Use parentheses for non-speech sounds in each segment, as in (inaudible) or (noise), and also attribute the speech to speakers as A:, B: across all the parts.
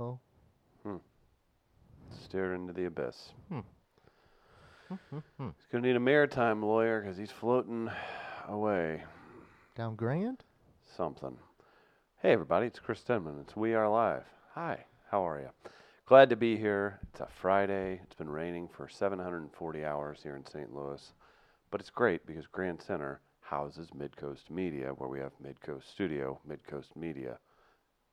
A: Oh,
B: stare into the abyss. He's going to need a maritime lawyer because he's floating away.
A: Down Grand?
B: something. Hey, everybody, it's Chris Denman. It's We Are Live. Hi, how are you? Glad to be here. It's a Friday. It's been raining for 740 hours here in St. Louis, but it's great because Grand Center houses Midcoast Media, where we have Midcoast Studio. Midcoast Media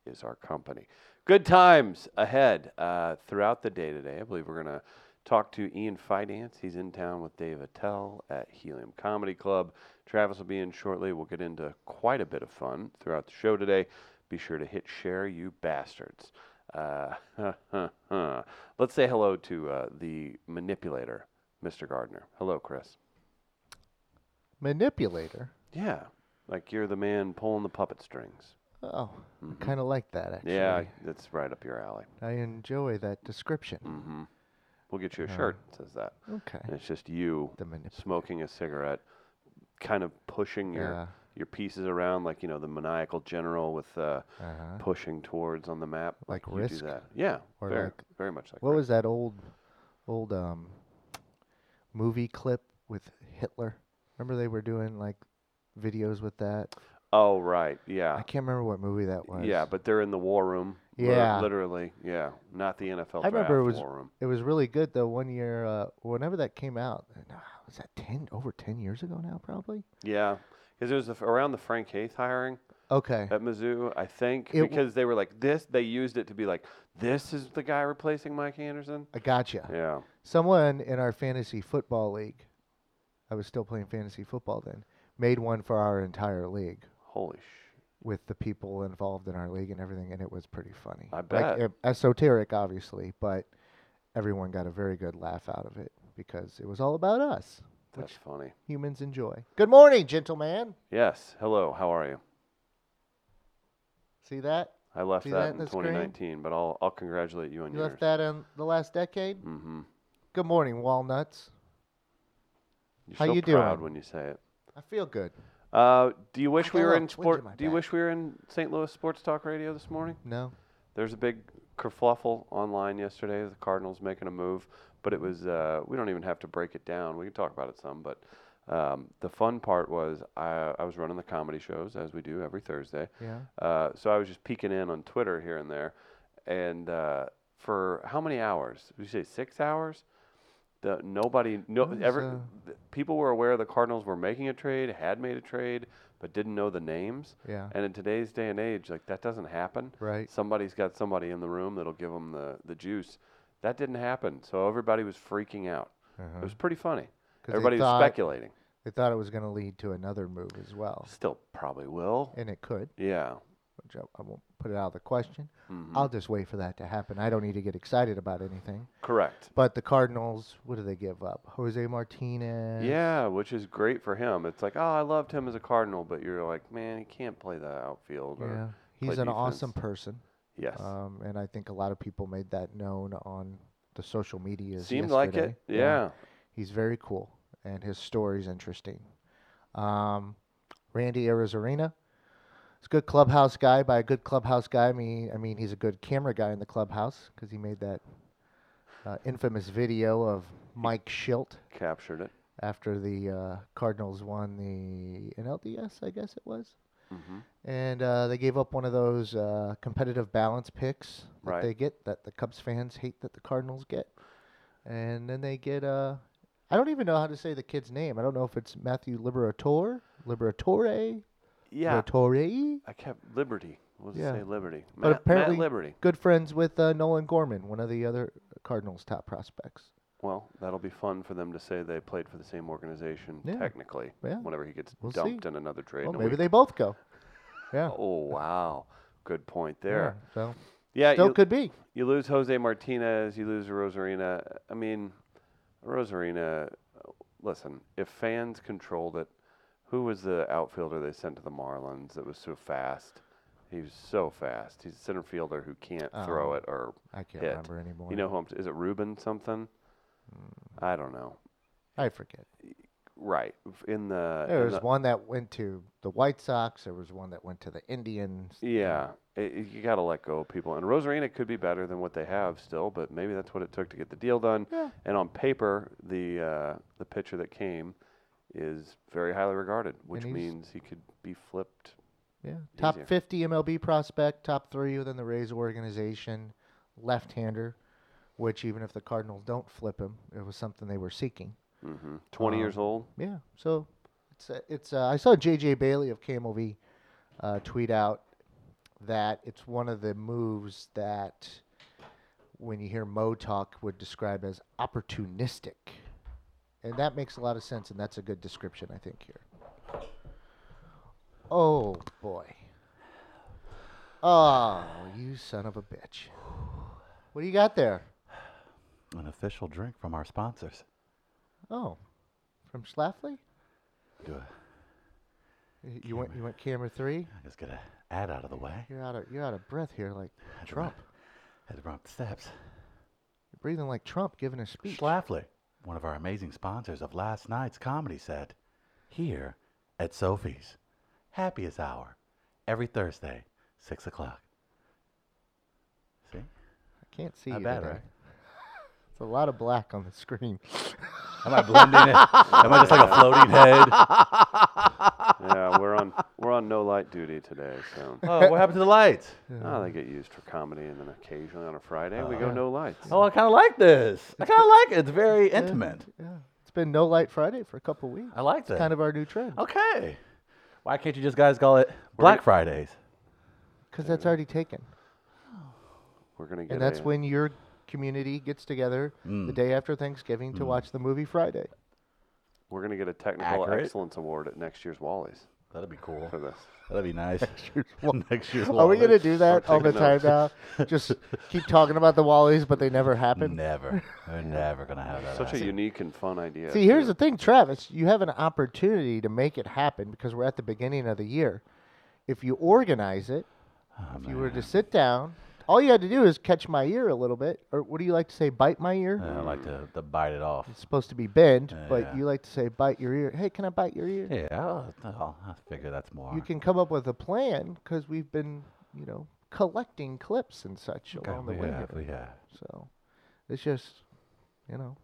B: is our company. Good times ahead uh, throughout the day today. I believe we're going to talk to Ian Finance. He's in town with Dave Attell at Helium Comedy Club. Travis will be in shortly. We'll get into quite a bit of fun throughout the show today. Be sure to hit share, you bastards. Uh, (laughs) let's say hello to uh, the manipulator, Mr. Gardner. Hello, Chris.
A: Manipulator.
B: Yeah, like you're the man pulling the puppet strings. Mm-hmm.
A: Oh, I kind of like that, actually.
B: Yeah, that's right up your alley.
A: I enjoy that description.
B: hmm We'll get you a
A: Uh,
B: shirt that says that.
A: Okay.
B: And it's just you
A: The manip-
B: smoking a cigarette, kind of pushing your
A: Yeah.
B: your pieces around, like you know the maniacal general with uh,
A: Uh-huh.
B: pushing towards on the map.
A: Like
B: you
A: Risk?
B: Do that. Yeah,
A: Or
B: very,
A: like-
B: very much like.
A: What
B: Risk.
A: was that old, old um, movie clip with Hitler? Remember they were doing like videos with that.
B: Oh right,
A: I
B: yeah,
A: can't remember what movie that was.
B: yeah. But they're in the war room. li-
A: Yeah.
B: literally. Yeah, not the NFL.
A: I remember it
B: draft
A: was-
B: war room.
A: it was really good though. One year, uh, whenever that came out, and, uh, was that ten over ten years ago now? Probably.
B: Yeah, because it was the, f- around the Frank Haith hiring.
A: Okay.
B: at Mizzou, I think,
A: It w-
B: because they were like this. They used it to be like, this is the guy replacing Mike Anderson.
A: I gotcha.
B: Yeah.
A: Someone in our fantasy football league, I was still playing fantasy football then, made one for our entire league
B: Holy sh.
A: with the people involved in our league and everything, and it was pretty funny.
B: I
A: Like,
B: bet.
A: e- esoteric, obviously, but everyone got a very good laugh out of it because it was all about us.
B: That's funny.
A: Humans enjoy. Good morning, gentleman.
B: Yes. Hello. How are you?
A: See that?
B: I left
A: See
B: that,
A: that
B: in
A: in the screen?
B: 2019, but I'll I'll congratulate you on
A: You
B: yours.
A: left that in the last decade.
B: Mm-hmm.
A: Good morning, walnuts.
B: You're
A: How
B: so
A: you
B: proud
A: doing?
B: when you say it.
A: I feel good.
B: Uh, do you wish
A: got a
B: we were
A: little
B: in
A: twinge in my
B: sport? Do you
A: back.
B: wish we were in St. Louis Sports Talk Radio this morning?
A: No.
B: There's a big kerfluffle online yesterday. of The Cardinals making a move, but it was uh, we don't even have to break it down. We can talk about it some, but um, the fun part was I, I was running the comedy shows as we do every Thursday.
A: Yeah.
B: Uh, so I was just peeking in on Twitter here and there, and uh, for how many hours? Did you say six hours? The, nobody, no,
A: That was,
B: ever.
A: uh,
B: th- people were aware the Cardinals were making a trade, had made a trade, but didn't know the names.
A: Yeah.
B: And in today's day and age, like that doesn't happen.
A: Right.
B: Somebody's got somebody in the room that'll give them the, the juice. That didn't happen. So everybody was freaking out. It
A: Uh-huh.
B: was pretty funny.
A: 'Cause they
B: Everybody was
A: thought-
B: speculating.
A: They thought it was going to lead to another move as well,
B: Still probably will.
A: and it could.
B: Yeah.
A: Which I, I won't put it out of the question.
B: Mhm.
A: I'll just wait for that to happen. I don't need to get excited about anything.
B: Correct.
A: But the Cardinals, what do they give up? Jose Martinez.
B: Yeah, which is great for him. It's like, oh, I loved him as a Cardinal, but you're like, man, he can't play the outfield.
A: Yeah.
B: Or,
A: He's
B: play
A: an awesome
B: defense.
A: person,
B: yes.
A: um, and I think a lot of people made that known on the social media.
B: Seemed like it. Yeah.
A: He's very cool, and his story's interesting. Um, Randy Arizarena. He's a good clubhouse guy. By a good clubhouse guy, I mean, I mean he's a good camera guy in the clubhouse because he made that uh, infamous video of Mike Schilt
B: Captured it.
A: after the uh, Cardinals won the NLDS, I guess it was.
B: hmm
A: And uh, they gave up one of those uh, competitive balance picks that
B: Right.
A: they get that the Cubs fans hate that the Cardinals get. And then they get uh, I don't even know how to say the kid's name. I don't know if it's Matthew Liberatore, Liberatore,
B: Yeah.
A: Liberatore.
B: I kept Liberty. We'll just
A: Yeah.
B: say Liberty.
A: But
B: Matt,
A: apparently-
B: Matt Liberty.
A: Good friends with uh, Nolan Gorman, one of the other Cardinals' top prospects.
B: Well, that'll be fun for them to say they played for the same organization.
A: Yeah.
B: Technically,
A: Yeah.
B: whenever he gets
A: We'll see.
B: dumped in another trade.
A: Well,
B: in a
A: Oh, maybe
B: week.
A: they both
B: (laughs)
A: go. Yeah.
B: Oh wow, good point there.
A: Yeah, so
B: Yeah,
A: still
B: you,
A: could be.
B: you lose Jose Martinez, you lose Rosarina. I mean, Rosarina. Listen, if fans controlled it, who was the outfielder they sent to the Marlins that was so fast? He was so fast. He's a center fielder who can't throw
A: Oh.
B: it or
A: I can't
B: hit.
A: remember anymore. Hmm.
B: You know who I'm? Is it Ruben something? I don't know.
A: I forget.
B: right in the
A: There
B: in
A: was
B: the-
A: one that went to the White Sox. There was one that went to the Indians. you know.
B: Yeah, it, it- you got to let go of people. And Rosarina could be better than what they have still, but maybe that's what it took to get the deal done.
A: Yeah.
B: And on paper, the uh, the pitcher that came is very highly regarded, which
A: he's-
B: means he could be flipped.
A: Yeah. Top
B: Easier.
A: 50 MLB prospect, top three within the Rays organization, left hander, which even if the Cardinals don't flip him, it was something they were seeking.
B: hmm Twenty
A: Uh-huh.
B: years old.
A: Yeah. So it's, uh, it's, uh, I saw JJ Bailey of KMOV uh, tweet out that it's one of the moves that when you hear Mo talk would describe as opportunistic. And that makes a lot of sense, and that's a good description, I think, here. Oh, boy. Oh, you son of a bitch. What do you got there?
C: An official drink from our sponsors.
A: Oh, from Schlafly?
C: Do a,
A: Y- You went, you went camera three?
C: I just get a ad out of the way.
A: You're out of, you're out of breath here, like
C: Had to run-
A: Trump.
C: Had to run up the steps.
A: You're breathing like Trump giving a speech.
C: Schlafly, one of our amazing sponsors of last night's comedy set, here at Sophie's. Happiest hour, every Thursday, 6 o'clock. See?
A: I can't see
C: Not
A: you.
C: bad,
A: today.
C: right?
A: (laughs) It's a lot of black on the screen. (laughs)
C: Am I blending in? Am I just like a floating head?
B: yeah, we're on we're on no light duty today,
A: (laughs)
B: so.
C: (laughs) Oh, what happened to the lights?
B: Oh, they get used for comedy, and then occasionally on a Friday we
A: Oh.
B: go no lights.
C: Oh, I kind of like this. I kind of like it. It's very intimate.
A: Yeah, it's been no light Friday for a couple weeks.
C: I like
A: It's
C: that.
A: kind of our new trend
C: Okay. Why can't you just guys call it Black Fridays?
A: because that's already taken,
B: We're gonna get
A: and that's
B: a-
A: when your community gets together the day after Thanksgiving to watch the movie Friday.
B: we're gonna get a technical
C: Accurate.
B: excellence award at next year's Wally's
C: That'd be cool. (laughs)
B: for this.
C: That'd be nice. (laughs) Next year's
A: Are we
C: Wally's.
A: gonna do that all the time
B: taking
A: now? Just keep talking about the Wallies, but they never happen.
C: (laughs) Never. We're never gonna have that.
B: Such a
C: happen.
B: unique and fun idea.
A: See, here's
B: too.
A: the thing, Travis. You have an opportunity to make it happen because we're at the beginning of the year. If you organize it,
C: Oh,
A: if you were to
C: man.
A: sit down, all you had to do is catch my ear a little bit, or what do you like to say, bite my ear?
C: Yeah, I like to, to bite it off.
A: It's supposed to be bend,
C: Yeah,
A: but
C: Uh, yeah.
A: you like to say, bite your ear. Hey, can I bite your ear?
C: Yeah, I'll, I'll, I figure that's more.
A: You can come up with a plan because we've been, you know, collecting clips and such
C: Okay,
A: along the
C: we
A: way.
C: have,
A: here.
C: we have.
A: So it's just, you know,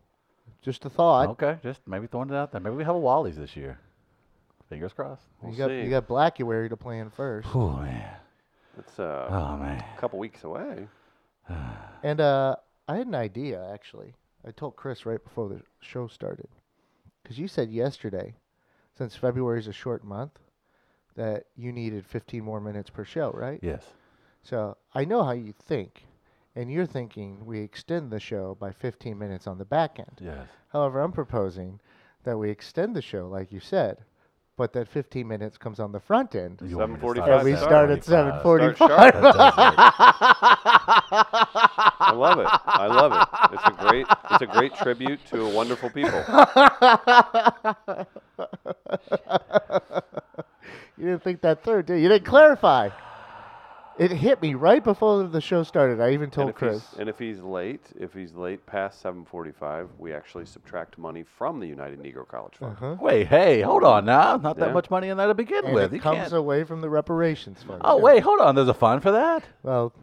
A: just a thought.
C: Okay, just maybe throwing it out there. Maybe we have a Wally's this year. Fingers crossed.
B: We'll
A: you got
B: see.
A: you got Blackuary to plan first.
C: Oh man.
B: It's
A: Ah.
B: uh,
C: Oh man.
B: a couple weeks away.
A: And uh, I had an idea actually. I told Chris right before the show started, because you said yesterday, since February is a short month, that you needed 15 more minutes per show, right?
C: Yes.
A: So I know how you think, and you're thinking we extend the show by 15 minutes on the back end.
C: Yes.
A: However, I'm proposing that we extend the show, like you said, but that 15 minutes comes on the front end.
C: You want me to
B: 7:45
A: And
C: start
A: we
B: That's
A: start at
C: 7:45?
A: 7:45.
B: Start sharp.
C: That
B: I love it. I love it. It's a great it's a great tribute to a wonderful people.
A: You didn't think that through, did you? You didn't clarify. It hit me right before the show started. I even
B: And
A: told
B: if,
A: Chris.
B: he's, and if he's late, if he's late past 7:45, we actually subtract money from the United Negro College Fund.
A: Uh-huh.
C: doesn't- Wait, hey, hold on now. Not
B: Yeah.
C: that much money in there to begin
A: And
C: with.
A: it
C: You
A: comes
C: can't-
A: away from the reparations fund.
C: Oh
A: yeah.
C: wait, hold on. There's a fund for that?
A: Well,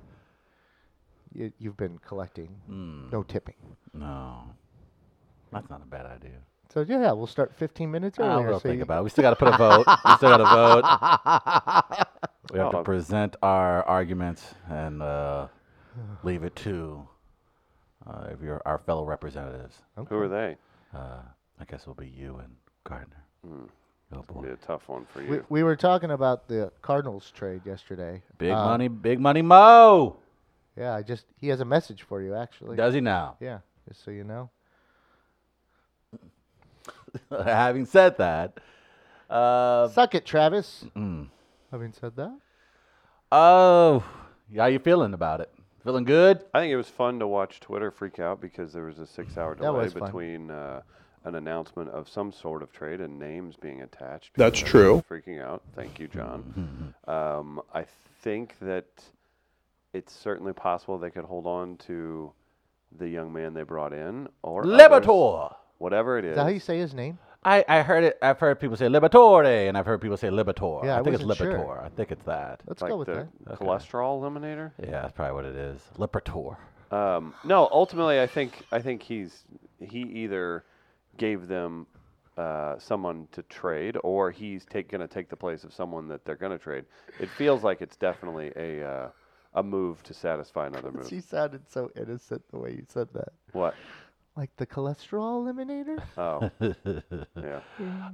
A: you, you've been collecting
C: Hmm.
A: no tipping.
C: No. That's not a bad idea.
A: So yeah, we'll start 15 minutes
C: I
A: earlier.
C: will
A: so
C: think
A: you-
C: about it. We still got to put a vote. we still got to vote. We have
B: Oh.
C: to present our arguments and uh, leave it to uh, if you're our fellow representatives.
B: Who are they?
C: Uh, I guess it'll be you and Gardner. Oh boy,
B: Be a tough one for you.
A: we, we were talking about the Cardinals trade yesterday.
C: big
A: Uh,
C: money, big money, Mo.
A: Yeah, I just he has a message for you actually.
C: Does
A: (laughs)
C: he now? (laughs)
A: yeah, just so you know.
C: Having said that, uh,
A: Suck it, Travis.
C: mm.
A: Having said that,
C: oh, how you feeling about it? Feeling good?
B: I think it was fun to watch Twitter freak out because there was a six-hour delay
A: was fun.
B: between uh, an announcement of some sort of trade and names being attached.
D: That's
B: because everyone's Freaking out. Thank you, John. um, I think that it's certainly possible they could hold on to the young man they brought in or others,
C: Libertor.
B: whatever it
A: is
B: is.
A: that how you say his name?
C: I, I heard it. I've heard people say Libertore, and I've heard people say Libertor.
A: Yeah,
C: I
A: I
C: think it's
A: wasn't
C: Libertor.
A: sure.
C: I think it's that.
A: Let's
B: like
A: go with
B: the
A: that.
C: Okay.
B: cholesterol eliminator.
C: Yeah, that's probably what it is. Libertor.
B: Um, no, ultimately, I think I think he's he either gave them uh, someone to trade, or he's take, going to take the place of someone that they're going to trade. It feels like it's definitely a uh, a move to satisfy another move.
A: She sounded so innocent the way you said that.
B: What?
A: Like the cholesterol eliminator?
C: (laughs)
B: Oh, yeah.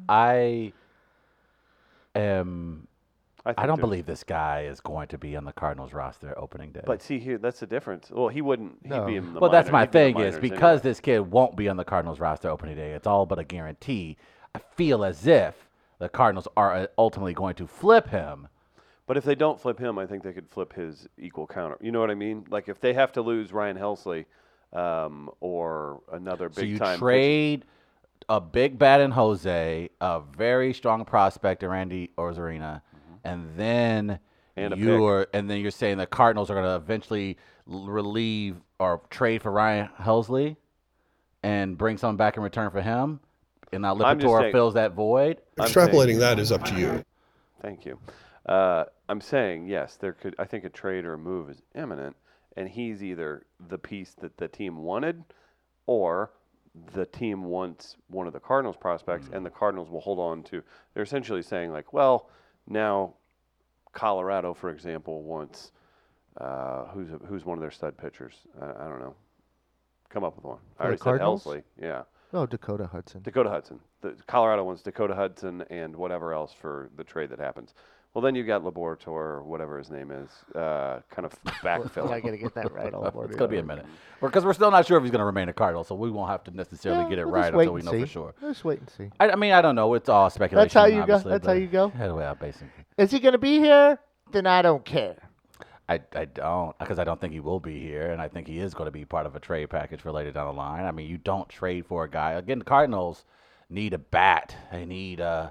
C: I am. I
B: think
C: don't
B: there's-
C: believe this guy is going to be on the Cardinals roster opening day.
B: But see here, that's the difference. Well, he wouldn't. He'd
A: No.
B: be in the.
C: well, that's
B: minor-
C: my
B: he'd be in the
C: thing is
B: minors
C: because this kid won't be on the Cardinals roster opening day. It's all but a guarantee. I feel as if the Cardinals are uh, ultimately going to flip him.
B: But if they don't flip him, I think they could flip his equal counter. You know what I mean? Like if they have to lose Ryan Helsley um, or another
C: So
B: big
C: you
B: time pitcher-
C: trade a big bat in Jose, a very strong prospect in Randy Ozarena, and then
B: Mm-hmm. And a pick.
C: you're and then you're saying the Cardinals are going to eventually l- relieve or trade for Ryan Helsley and bring someone back in return for him, and now
B: I'm just
C: Lipitor
B: saying-
C: fills that void.
B: I'm
E: Extrapolating that is up to you.
B: Thank you. Uh, I'm saying yes. There could I think a trade or a move is imminent, and he's either the piece that the team wanted, or the team wants one of the Cardinals prospects, and the Cardinals will hold on to. They're essentially saying like, well, now Colorado, for example, wants uh, who's who's one of their stud pitchers. I, I don't know. Come up with one.
A: For
B: I
A: the
B: already
A: Cardinals?
B: said Helsley. Yeah.
A: No, Dakota Hudson.
B: Dakota Hudson. The Colorado wants Dakota Hudson and whatever else for the trade that happens. Well, then you've got Laborator or whatever his name is, uh, kind
C: (laughs)
B: of
A: (laughs) We're not
B: backfilling.
A: gonna get that right all morning.
C: Uh, It's going to be a minute because we're still not sure if he's going to remain a Cardinal, so we won't have to necessarily get it
A: we'll
C: right
A: just wait
C: until we
A: and
C: know
A: see.
C: for sure.
A: Let's wait and see.
C: I, I mean, I don't know. It's all speculation.
A: you go-
C: obviously,
A: that's how
C: but-
A: you
C: (laughs)
A: go?
C: Yeah, well, basically.
A: Is he gonna be here? Then I don't care.
C: I, I don't because I don't think he will be here, and I think he is going to be part of a trade package for later down the line. I mean, you don't trade for a guy again. The Cardinals need a bat. They need uh,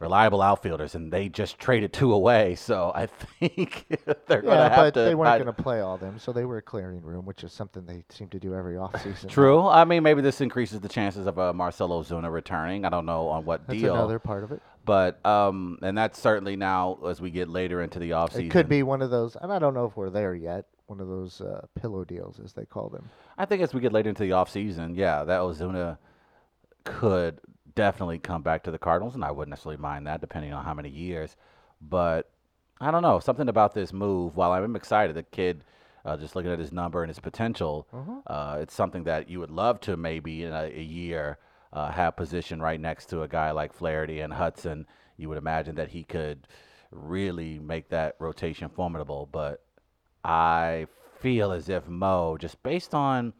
C: reliable outfielders, and they just traded two away. So (laughs) I think they're going
A: Yeah,
C: to have
A: but
C: to.
A: they weren't
C: find-
A: gonna play all them, so they were a clearing room, which is something they seem to do every offseason.
C: (laughs) True. I mean, maybe this increases the chances of uh, Marcelo Zuna returning. I don't know on what
A: That's
C: deal,
A: another part of it.
C: but um, and that's certainly now as we get later into the offseason.
A: It could be one of those, and I don't know if we're there yet. One of those uh, pillow deals, as they call them.
C: I think as we get later into the offseason, yeah, that Ozuna could definitely come back to the Cardinals, and I wouldn't necessarily mind that, depending on how many years. But I don't know. Something about this move, while I'm excited, the kid, uh, just looking at his number and his potential, uh, it's something that you would love to maybe in a, a year uh, have position right next to a guy like Flaherty and Hudson. You would imagine that he could really make that rotation formidable, but I feel as if Mo, just based on,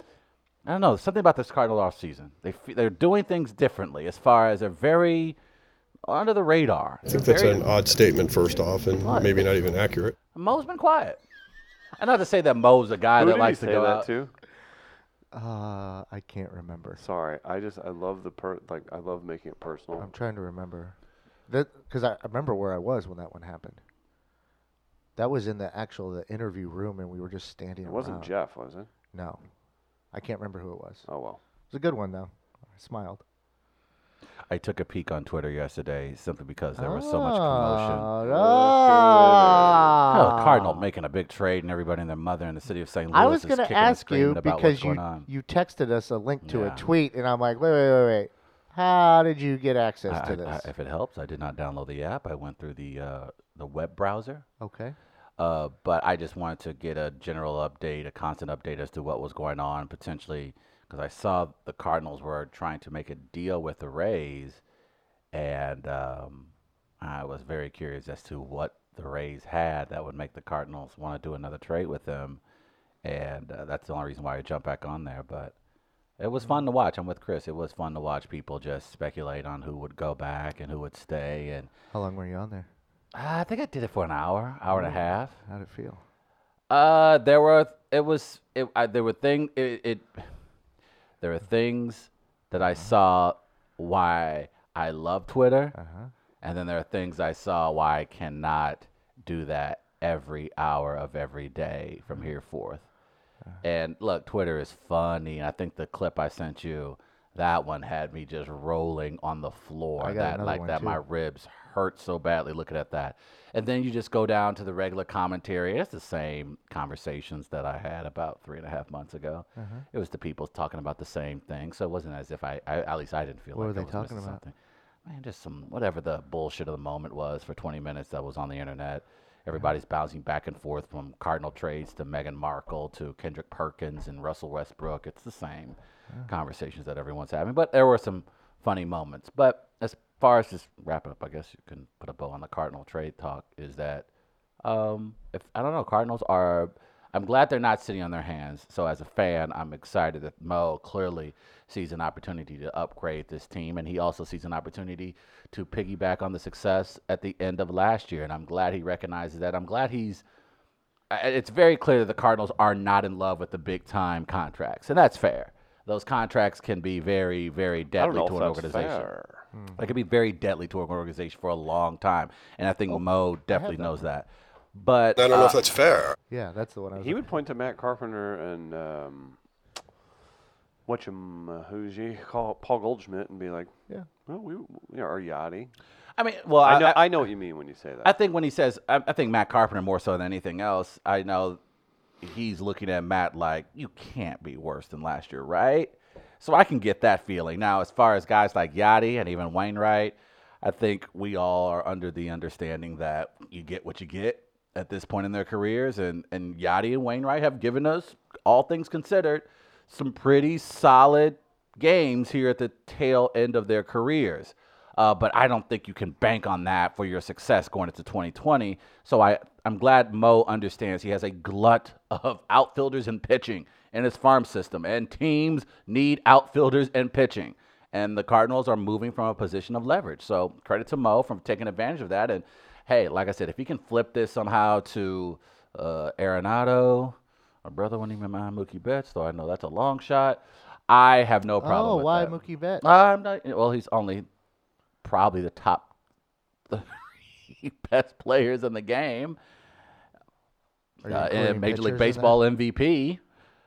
C: I don't know, something about this Cardinal offseason. They fe- they're doing things differently as far as they're very under the radar.
E: I think that's an odd statement, first off, and maybe not even accurate.
C: Mo's been quiet. And not to say that Mo's a guy
B: Who
C: that
B: did
C: likes
B: he
C: to
B: say
C: go
B: that
C: out.
B: to?
A: Uh, I can't remember.
B: Sorry, I just I love the per like I love making it personal.
A: I'm trying to remember that because I, I remember where I was when that one happened. That was in the actual the interview room, and we were just standing.
B: it wasn't
A: around.
B: Jeff, was it?
A: No, I can't remember who it was. It
B: Oh well.
A: was a good one though. I smiled.
C: I took a peek on Twitter yesterday simply because there was so much commotion.
A: Oh,
C: Oh,
A: no.
C: the Cardinal making a big trade and everybody and their mother in the city of St. Louis
A: I was
C: is
A: going
C: kicking
A: to
C: and
A: ask
C: screaming
A: you
C: about
A: because
C: what's going
A: you
C: on.
A: you texted us a link to
C: Yeah.
A: a tweet, and I'm like, wait, wait, wait, wait. How did you get access
C: I-
A: to
C: I- I-
A: this?
C: if it helps, I did not download the app. I went through the uh, the web browser
A: okay.
C: Uh, but I just wanted to get a general update, a constant update as to what was going on potentially, because I saw the Cardinals were trying to make a deal with the Rays, and um, I was very curious as to what the Rays had that would make the Cardinals want to do another trade with them, and uh, that's the only reason why I jumped back on there. But it was fun to watch. I'm with Chris. It was fun to watch people just speculate on who would go back and who would stay, and
A: How long were you on there?
C: uh, I think I did it for an hour, hour and a half.
A: How'd it feel?
C: Uh, there were it was it I, there were thing it, it there were things that
A: Uh-huh.
C: I saw why I love Twitter,
A: Uh-huh.
C: and then there are things I saw why I cannot do that every hour of every day from
A: Uh-huh.
C: here forth. And look, Twitter is funny, and I think the clip I sent you That one had me just rolling on the floor.
A: I got
C: That
A: another
C: like
A: one,
C: that,
A: too.
C: my ribs hurt so badly looking at that. And then you just go down to the regular commentary. It's the same conversations that I had about three and a half months ago.
A: Mm-hmm.
C: It was the people talking about the same thing, so it wasn't as if I, I at least I didn't feel
A: What
C: like
A: were
C: I
A: they
C: was
A: talking
C: missing
A: about?
C: Something. Man, just some whatever the bullshit of the moment was for 20 minutes that was on the internet. Everybody's bouncing back and forth from Cardinal trades to Meghan Markle to Kendrick Perkins and Russell Westbrook. It's the same conversations that everyone's having, but there were some funny moments. But as far as just wrapping up, I guess you can put a bow on the Cardinal trade talk. Is that um, if I don't know, Cardinals are. I'm glad they're not sitting on their hands. So as a fan, I'm excited that Mo clearly sees an opportunity to upgrade this team, and he also sees an opportunity to piggyback on the success at the end of last year. And I'm glad he recognizes that. I'm glad he's. I- It's very clear that the Cardinals are not in love with the big time contracts, and that's fair. Those contracts can be very,
B: I
C: very
B: don't
C: deadly
B: know
C: to an
B: if that's
C: organization.
B: fair.
C: It could be very deadly to an organization for a long time, and I think Mo definitely knows that. But
E: I don't know
C: uh,
E: if that's fair.
A: Yeah, that's the one I was.
B: He would point to Matt Carpenter and um, what who's you call Paul Goldschmidt and be like,
A: Yeah.
B: well, we, you know, or Yachty.
C: I mean, well,
B: I know, I, know what you mean when you say that.
C: I think when he says, I, I think Matt Carpenter more so than anything else, I know he's looking at Matt like, you can't be worse than last year, right? So I can get that feeling. Now, as far as guys like Yachty and even Wainwright, I think we all are under the understanding that you get what you get at this point in their careers. And, and Yachty and Wainwright have given us, all things considered, some pretty solid games here at the tail end of their careers. Uh, but I don't think you can bank on that for your success going into 2020. So I, I'm glad Mo understands he has a glut (laughs) of outfielders and pitching in his farm system, and teams need outfielders and pitching. And the Cardinals are moving from a position of leverage. So credit to Mo from taking advantage of that. And hey, like I said, if he can flip this somehow to uh, Arenado, my brother wouldn't even mind Mookie Betts, though I know that's a long shot. I have no problem.
A: Oh,
C: with
A: why
C: that.
A: Mookie Betts?
C: I'm not. Well, he's only probably the top three (laughs) best players in the game.
A: Are you
C: Uh, and
A: including
C: Major
A: pitchers in
C: League
A: that?
C: Baseball MVP,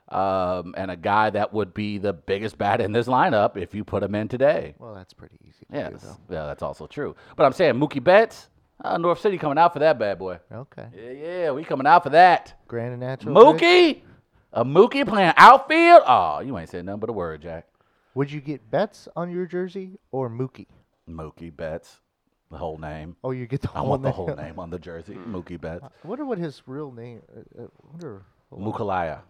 C: um, and a guy that would be the biggest bat in this lineup if you put him in today.
A: Well, that's pretty easy. To
C: Yeah,
A: do,
C: that's- yeah, that's also true. But I'm saying Mookie Betts, uh, North City coming out for that bad boy.
A: though. Okay.
C: Yeah, yeah, we coming out for that.
A: Grand and natural. pitch.
C: Mookie, a Mookie playing outfield. Oh, you ain't saying nothing but a word, Jack.
A: Would you get Betts on your jersey or Mookie?
C: Mookie Betts, the whole name.
A: Oh, you get the
C: I
A: whole
C: want the Mm.
A: name.
C: whole name on the jersey. Mookie Betts.
A: (laughs) I wonder what his real name. uh, I wonder.
C: Mukalaya.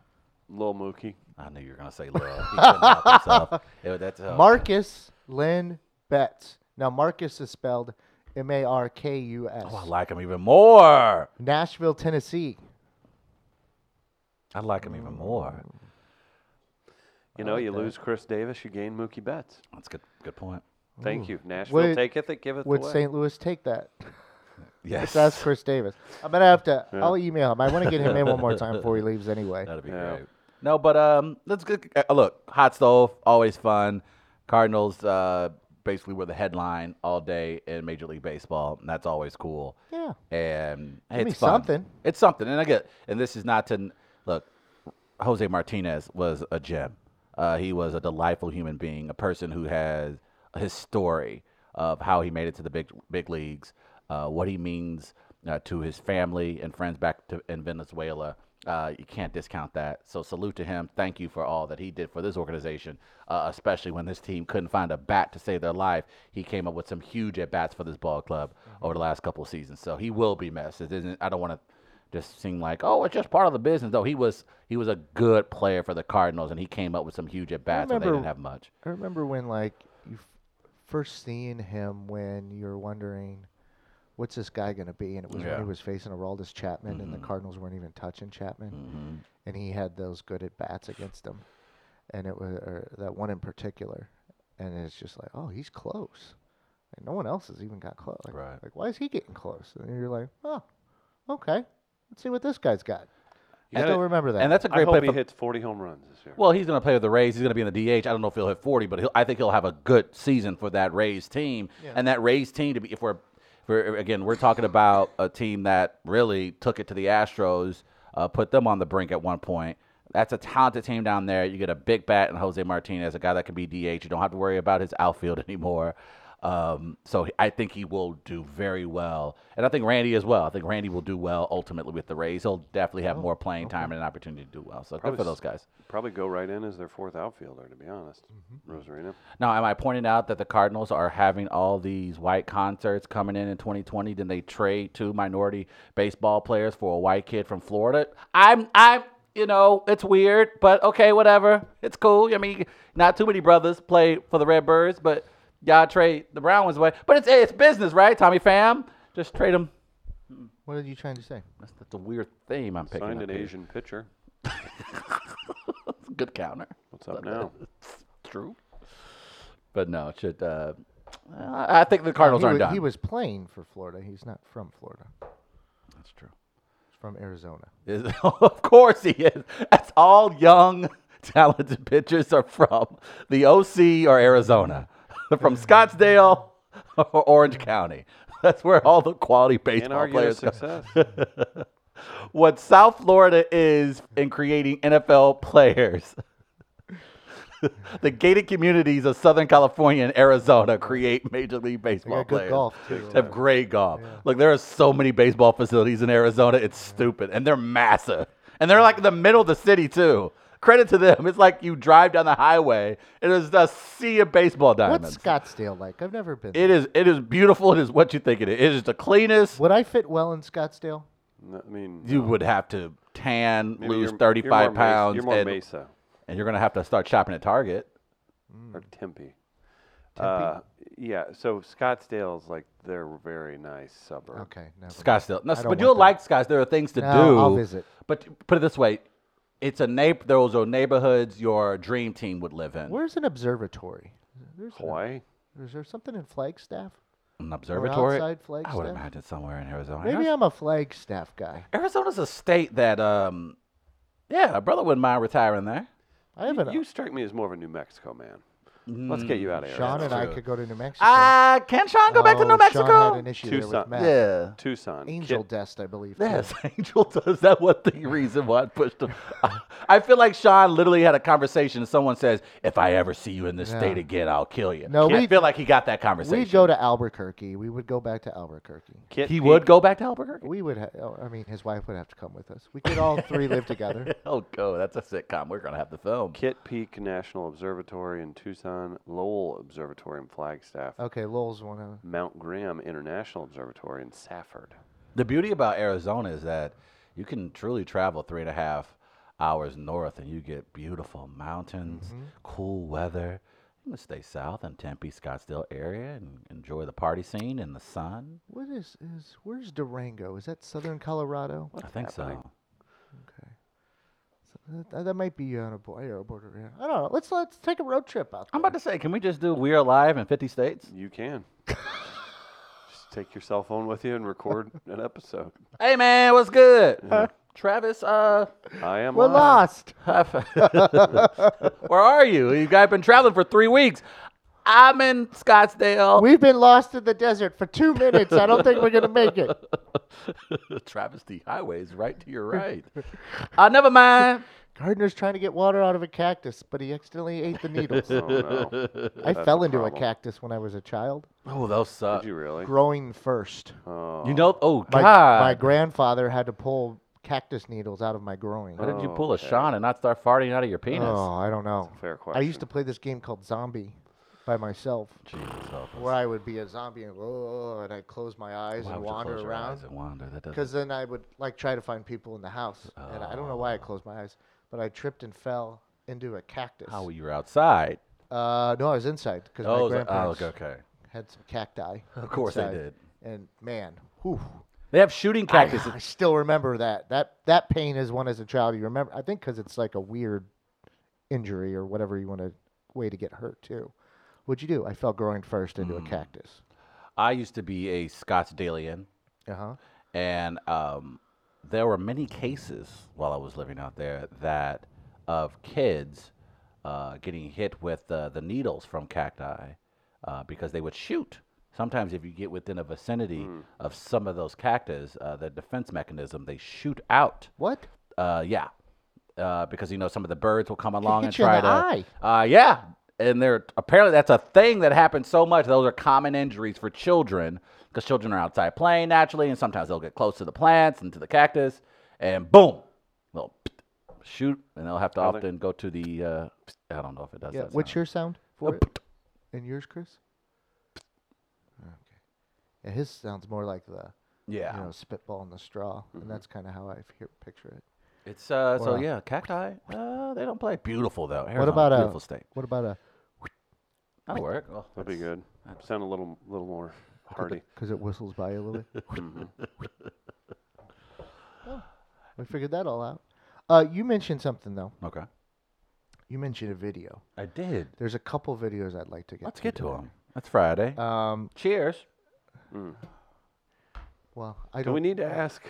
B: Lil Mookie.
C: I knew you were gonna say love. He couldn't help (laughs) himself. Yeah, that's, uh,
A: Marcus Lynn Betts. Now Marcus is spelled M A R K U S.
C: Oh, I like him even more.
A: Nashville, Tennessee.
C: I like him even more.
B: You know, you lose Chris Davis, you gain Mookie Betts.
C: That's good. Good point.
B: Thank you. Nashville
A: Would-
B: taketh it, giveth
A: Would
B: away.
A: St. Louis take that?
C: Yes.
A: That's Chris Davis. I'm gonna have
C: (laughs)
A: to. I'll email him. I want to get him in one more time before he leaves. Anyway.
C: That'd be
B: Yeah.
C: great. No, but um, let's go, uh, look. Hot stove, always fun. Cardinals uh, basically were the headline all day in Major League Baseball, and that's always cool.
A: Yeah.
C: and hey,
A: Give me
C: it's fun.
A: something.
C: It's something, and I get. And this is not to look. Jose Martinez was a gem. Uh, he was a delightful human being, a person who has his story of how he made it to the big big leagues, uh, what he means uh, to his family and friends back to, in Venezuela. Uh, you can't discount that. So salute to him. Thank you for all that he did for this organization, uh, especially when this team couldn't find a bat to save their life. He came up with some huge at bats for this ball club
B: Mm-hmm.
C: over the last couple of seasons. So he will be missed. It isn't. I don't want to just seemed like, oh, it's just part of the business. Though he was he was a good player for the Cardinals, and he came up with some huge at bats, and they didn't
A: remember-
C: have much.
A: I remember when like you f- first seeing him when you're wondering what's this guy going to be and it was when
C: Yeah. Mm-hmm.
A: he was facing Aroldis Chapman and the Cardinals weren't even touching Chapman and he had those good at bats against him and it was or that one in particular and it's just like oh he's close and no one else has even got close like,
C: Right.
A: like why is he getting close and you're like oh okay let's see what this guy's got
B: You
A: I
B: gotta-
A: still remember that
C: And that's a
B: I
C: great
B: hope
C: play.
B: he
C: For,
B: hits 40 home runs this year.
C: well, he's going to play with the Rays. He's going to be in the DH. I don't know if he'll hit forty, but he'll, I think he'll have a good season for that Rays team. And that Rays team to be if we're, if we're again we're talking about a team that really took it to the Astros, uh, put them on the brink at one point. That's a talented team down there. You get a big bat and Jose Martinez, a guy that can be DH. You don't have to worry about his outfield (laughs) anymore. Um, so he- I think he will do very well, and I think Randy as well. I think Randy will do well ultimately with the Rays. He'll definitely have more playing time and an opportunity to do well. So
B: Oh, Probably
C: good for
B: s-
C: those guys.
B: Probably go right in as their fourth outfielder, to be honest.
A: Mm-hmm.
B: Rosarina.
C: Now, am I pointing out that the Cardinals are having all these white concerts coming in in 2020? Then they trade two minority baseball players for a white kid from Florida. I'm, I'm, you know, it's weird, but okay, whatever. It's cool. I mean, not too many brothers play for the Redbirds, but y'all trade the brown ones away. But it's it's business, right, Tommy Pham? Just trade them.
A: What are you trying to say?
C: That's, that's a weird theme I'm picking
B: Signed an
C: up here.
B: Asian pitcher.
C: Good counter.
B: What's up now?
C: True. But no, it should. Uh, I I think the Cardinals
A: he,
C: aren't
A: wa-
C: done.
A: he was playing for Florida. He's not from Florida.
C: That's true.
A: He's from Arizona.
C: Is- (laughs) of course he is. That's all young, (laughs) talented pitchers are from the OC or Arizona. (laughs) They're from Scottsdale or Orange County. (laughs) That's where all the quality
B: Can't
C: baseball
B: argue with
C: players go. (laughs)
B: success.
C: What South Florida is in creating NFL players. (laughs) the gated communities of Southern California and Arizona create Major League
A: They
C: Baseball
A: got
C: players
A: good golf too.
C: to have great golf. Look, there are so many baseball facilities in Arizona. It's stupid, and they're massive, and they're like in the middle of the city too. Credit to them. It's like you drive down the highway, and there's a sea of baseball
A: What's
C: diamonds.
A: Scottsdale like? I've never been.
C: it
A: there.
C: is. It is beautiful. It is what you think it is. It is the cleanest.
A: Would I fit well in Scottsdale?
B: No, I mean,
C: You would have to tan,
B: maybe
C: lose
B: you're-
C: 35
B: you're more Mesa-
C: pounds,
B: You're more
C: and,
B: Mesa
C: and you're gonna have to start shopping at Target.
A: Hmm.
B: or Tempe. Uh, yeah, so Scottsdale's like their very nice suburb.
A: Okay, never. mind.
C: Scottsdale. No,
A: don't
C: but
A: want
C: you'll
A: that.
C: like Scottsdale. There are things to
A: No,
C: do.
A: I'll visit.
C: But t- put it this way, it's a neighbor. Those are neighborhoods your dream team would live in.
A: Where's an observatory? There's an-
B: Hawaii.
A: is there something in Flagstaff?
C: An observatory.
A: outside
C: I would
A: Flagstaff?
C: imagine somewhere in Arizona.
A: Maybe
C: Arizo-
A: I'm a Flagstaff guy.
C: Arizona's a state that, um, yeah, a brother wouldn't mind retiring there.
A: I have an.
B: You strike me as more of a New Mexico man. Let's get you out
C: Mm.
B: of here.
A: Sean and I
C: true.
A: could go to New Mexico.
C: Uh, can Sean go back to
A: Oh,
C: New
A: Sean had an
C: Mexico?
A: issue there with
B: Tucson.
A: Matt.
C: Yeah.
B: Tucson. Kid-
A: Angel Dust, I believe. too.
C: Yes, (laughs) Angel does that one thing. Reason why I pushed him. I, I feel like Sean literally had a conversation. And someone says, "If I ever see you in this
A: Yeah.
C: state again, I'll kill you."
A: No,
C: I
A: we-
C: feel like he got that conversation.
A: We'd go to Albuquerque. We would go back to Albuquerque.
B: Kid
C: He
B: Pete.
C: would go back to Albuquerque. (laughs)
A: We would. Ha- oh, I mean, his wife would have to come with us. We could all three live
C: (laughs)
A: together.
C: Oh, go. That's a sitcom. We're gonna have to film.
B: Kit Peak National Observatory in Tucson, Lowell Observatory in Flagstaff,
A: Okay, Lowell's one of.
B: Mount Graham International Observatory in Safford.
C: The beauty about Arizona is that you can truly travel three and a half hours north, and you get beautiful mountains, cool weather. You can stay south in Tempe, Scottsdale area, and enjoy the party scene and the sun.
A: What is is? Where's Durango? Is that Southern Colorado?
C: I think
B: happening?
C: so.
A: Okay. So that, that might be on a border. border yeah. I don't know. Let's let's take a road trip out.
C: I'm about to say, can we just do "We're Alive" in 50 states?
B: You
C: (laughs)
B: can. Just take your cell phone with you and record an episode.
C: Hey, man, what's good? Huh? Travis, uh,
B: I am
A: We're
B: live.
A: lost.
C: (laughs) where are you? You guys been traveling for three weeks. I'm in Scottsdale. (laughs)
A: We've been lost in the desert for two minutes. I don't think we're gonna make
B: (laughs)
A: it.
C: Travesty Highway is right to your right. uh, never mind.
A: Gardner's trying to get water out of a cactus, but he accidentally ate the needles.
B: (laughs) Oh,
C: (laughs)
B: no.
A: I
B: That's
A: fell
B: a
A: into a
B: problem.
A: cactus when I was a child,
C: Oh, those suck.
B: Did you really?
A: growing first.
B: Oh.
C: You know, oh
A: My,
C: God!
A: my grandfather had to pull cactus needles out of my groin.
C: How did you pull
B: Okay.
C: a Sean and not start farting out of your penis?
A: Oh, I don't know.
B: Fair question.
A: I used to play this game called Zombie by myself,
C: Jesus help us.
A: where I would be a zombie and, oh, and I'd close my eyes
C: Why
A: and
C: would you
A: wander
C: close your
A: around.
C: eyes and wander? That doesn't-
A: Because then I would like try to find people in the house, and I don't know why I closed my eyes, but I tripped and fell into a cactus.
C: how you were outside.
A: Uh, no, I was inside because
C: Oh,
A: my
C: is it- oh,
A: grandparents
C: okay, okay.
A: had some cacti.
C: (laughs) Of course they
A: inside,
C: did.
A: And man, whew,
C: They have shooting cactuses.
A: (laughs) I still remember that. That that pain is one as a child you remember. I think because it's like a weird injury or whatever you want to way to get hurt too. What'd you do? I fell groin first into
C: Mm.
A: a cactus.
C: I used to be a Scottsdalian,
A: Uh huh.
C: and um, there were many cases while I was living out there that of kids uh, getting hit with uh, the needles from cacti uh, because they would shoot. Sometimes, if you get within a vicinity of some of those cactus, uh, the defense mechanism they shoot out.
A: What?
C: Uh, yeah. uh, because you know some of the birds will come along and
A: hit you in
C: try
A: the
C: to. Uh, yeah, and they're apparently that's a thing that happens so much. Those are common injuries for children because children are outside playing naturally, and sometimes they'll get close to the plants and to the cactus, and boom, they'll shoot, and they'll have to
B: Are they-
C: often go to the. Uh, I don't know if it does.
A: Yeah.
C: that
A: What's
C: sound.
A: your sound
C: Uh,
A: for it? And yours, Chris? Okay. Yeah, his sounds more like the
C: Yeah. Mm-hmm.
A: you know spitball in the straw, and that's kind of how I hear, picture it.
C: It's uh, so
A: Or a-
C: yeah, cacti. Uh, they don't play beautiful though. Arizona's
A: what about uh,
C: a
A: a
C: beautiful state?
A: What about a
C: That'll work. Well,
B: That'd be
C: that's-
B: good. Sound a little, little more hearty.
A: Because it whistles by you a little
C: (laughs)
A: bit. (laughs) Oh, we figured that all out. Uh, you mentioned something though.
C: Okay.
A: You mentioned a video.
C: I did.
A: There's a couple videos I'd like to get.
C: Let's get to them. That's Friday.
A: to. Um,
C: Cheers.
A: well, I
B: Do
A: don't.
B: we need to ask?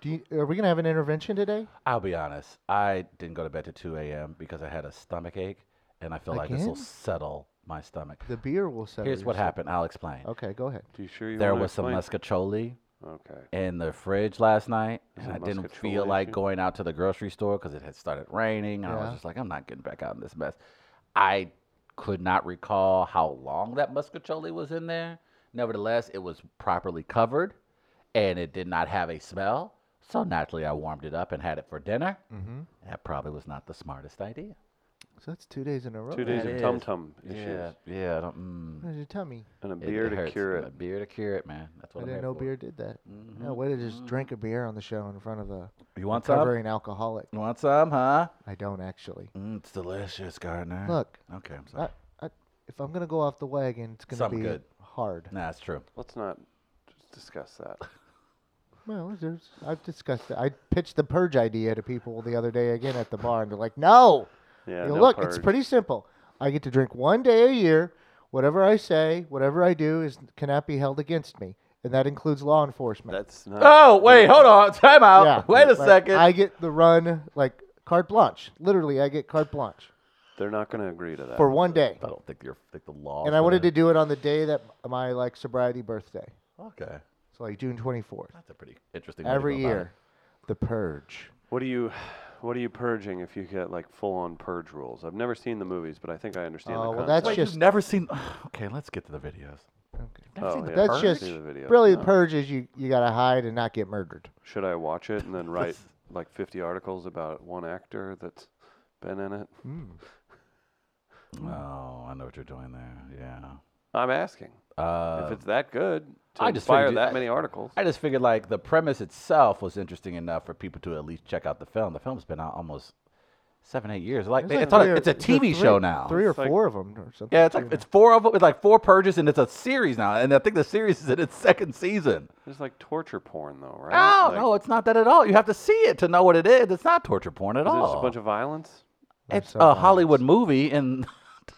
A: do you, are we gonna have an intervention today?
C: I'll be honest. I didn't go to bed till 2 a.m. because I had a stomach ache, and I feel like this will
A: Again? settle
C: settle my stomach.
A: The beer will settle.
C: Here's
A: your
C: what
A: stomach.
C: happened. I'll explain.
A: Okay, go ahead.
B: Do you sure you
C: There
B: wanna
C: was some
B: explain?
C: muscatoli
B: Okay.
C: in the fridge last night, and
B: it
C: I didn't feel
B: muscatoli
C: like
B: issue?
C: going out to the grocery store because it had started raining. And I was
A: Yeah.
C: just like, I'm not getting back out in this mess. I could not recall how long that muscatoli was in there. Nevertheless, it was properly covered, and it did not have a smell. So naturally, I warmed it up and had it for dinner.
A: Mm-hmm.
C: That probably was not the smartest idea.
A: So that's two days in a row.
B: Two days
C: That
B: of
C: is-
B: tum tum issues
C: Yeah, yeah. I don't, mm,
A: Where's your tummy?
B: and a
C: it-
B: beer
C: it
B: to
C: hurts.
B: cure
C: A
B: it.
C: beer to cure it, man. That's
A: I
C: what I'm
A: didn't
C: here
A: know
C: for. Mm-hmm.
A: better did that. No, way to just drink a beer on the show in front of a
C: You want some?
A: recovering alcoholic.
C: You want some, huh?
A: I don't actually.
C: Mm, it's delicious, Gardner.
A: Look,
C: Okay, I'm Mm-hmm. sorry.
A: I, I, if I'm gonna go off the wagon, it's gonna
C: Something
A: be
C: good.
A: hard.
C: Nah, that's true.
B: Let's not just discuss that.
C: (laughs)
A: Well, there's, I've discussed it. I pitched the purge idea to people the other day again at the bar, and they're like, "No,
B: Yeah.
A: You know,
B: no
A: look, it's
B: purge.
A: pretty simple. I get to drink one day a year. Whatever I say, whatever I do, is cannot be held against me, and that includes law enforcement.
B: That's not.
C: Oh, wait, hold on. Time
A: uh,
C: out.
A: Yeah,
C: Wait a
A: like,
C: second.
A: I get the run like carte blanche. Literally, I get carte blanche
B: They're not going to agree to that.
A: for one day,
C: I don't think you're think the law.
A: and I wanted to do it on the day that my like sobriety birthday,
C: Okay,
A: so like June twenty fourth
C: that's a pretty interesting. way to
A: every
C: go about
A: year. The purge.
B: What are you, what are you purging if you get like full on purge rules? I've never seen the movies, but I think I understand
A: Oh,
B: the
A: well,
B: concept.
C: it.
A: that's
C: Wait,
A: just-
C: you've never seen? (sighs) Okay, let's get to the videos.
A: Okay.
C: Never
B: Oh,
C: seen the
B: yeah.
A: That's
C: Purge?
A: just
B: See the video.
A: really the
B: No.
A: purge is you you gotta hide and not get murdered.
B: Should I watch it and then write like 50 articles about one actor that's been in it?
C: Oh, I know what you're doing there.
B: I'm asking.
C: Yeah. Uh,
B: if it's that good, to
C: I just
B: inspire
C: figured
B: that
C: it-
B: many articles.
C: I just figured like the premise itself was interesting enough for people to at least check out the film. The film's been out almost seven, eight years. Like
A: There's
C: they,
A: like
C: it's, on a-
A: three or-
C: it's a
A: there's like
C: TV
A: three-
C: show now.
A: Three or
B: It's like-
A: four of them or something.
C: yeah, it's like it's four of them. It's like four purges, and it's a series now. And I think the series is in its second season.
B: It's like torture porn, though, right?
C: Oh
B: Like,
C: no, it's not that at all. You have to see it to know what it is. It's not torture porn at
B: is it
C: all.
B: just a bunch of violence?
C: it's
A: Or
C: a Hollywood movie, (laughs) and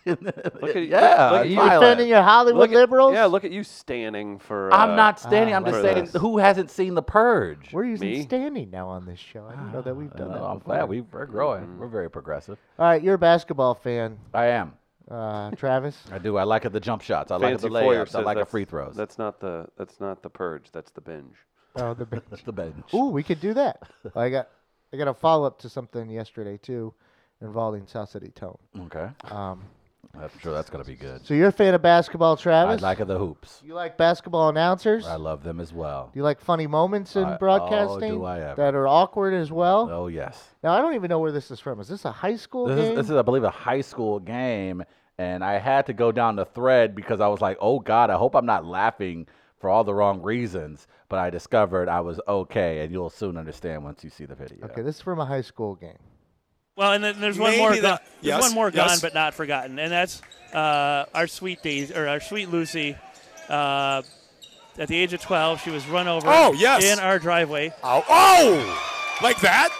B: look at-
C: yeah,
B: look-
C: it's
B: look-
A: You
B: Violent.
A: defending your Hollywood
B: Look at-
A: liberals?
B: yeah, look at you standing for. uh,
C: I'm not standing.
A: Ah,
C: I'm just
B: look at
C: saying,
B: this.
C: who hasn't seen The Purge?
A: We're using
B: Me?
A: standing now on this show. I didn't know that we've
C: Uh,
A: done that.
C: I'm
A: before.
C: glad we, we're growing.
B: Mm-hmm.
C: We're very progressive.
A: All right, you're a basketball fan,
C: I am.
A: uh, Travis.
C: (laughs) I do. I like it. The jump shots. I like it.
B: Fancy
C: The
B: Foyer
C: layups. I
B: says
C: like the
B: that's-
C: free throws.
B: That's not the. That's not the purge. That's the binge.
A: Oh, the bench.
C: That's the bench.
A: Ooh, we could do that. I got, I got a follow up to something yesterday too, involving South City Tone.
C: Okay.
A: Um,
C: I'm sure that's gonna be good.
A: so you're a fan of basketball,
C: I
A: Travis?
C: like it. The hoops.
A: You like basketball announcers?
C: I love them as well.
A: do you like funny moments in
C: I- oh, do
A: broadcasting
C: I ever.
A: that are awkward as well?
C: Oh yes.
A: Now I don't even know where this is from. Is this a high school
C: This
A: game?
C: is, this is, I believe, a high school game, and I had to go down the thread because I was like, "Oh God, I hope I'm not laughing for all the wrong reasons." But I discovered I was okay, and you'll soon understand once you see the video.
A: okay, this is from a high school game.
F: Well, and then there's one more.
G: Maybe
F: go-
G: that-
F: there's
G: yes,
F: one more gone,
G: yes.
F: but not forgotten, and that's uh, our sweet Daisy or our sweet Lucy. Uh, at the age of 12, she was run over.
G: Oh, yes.
F: in our driveway.
G: Ow. Oh! Like that?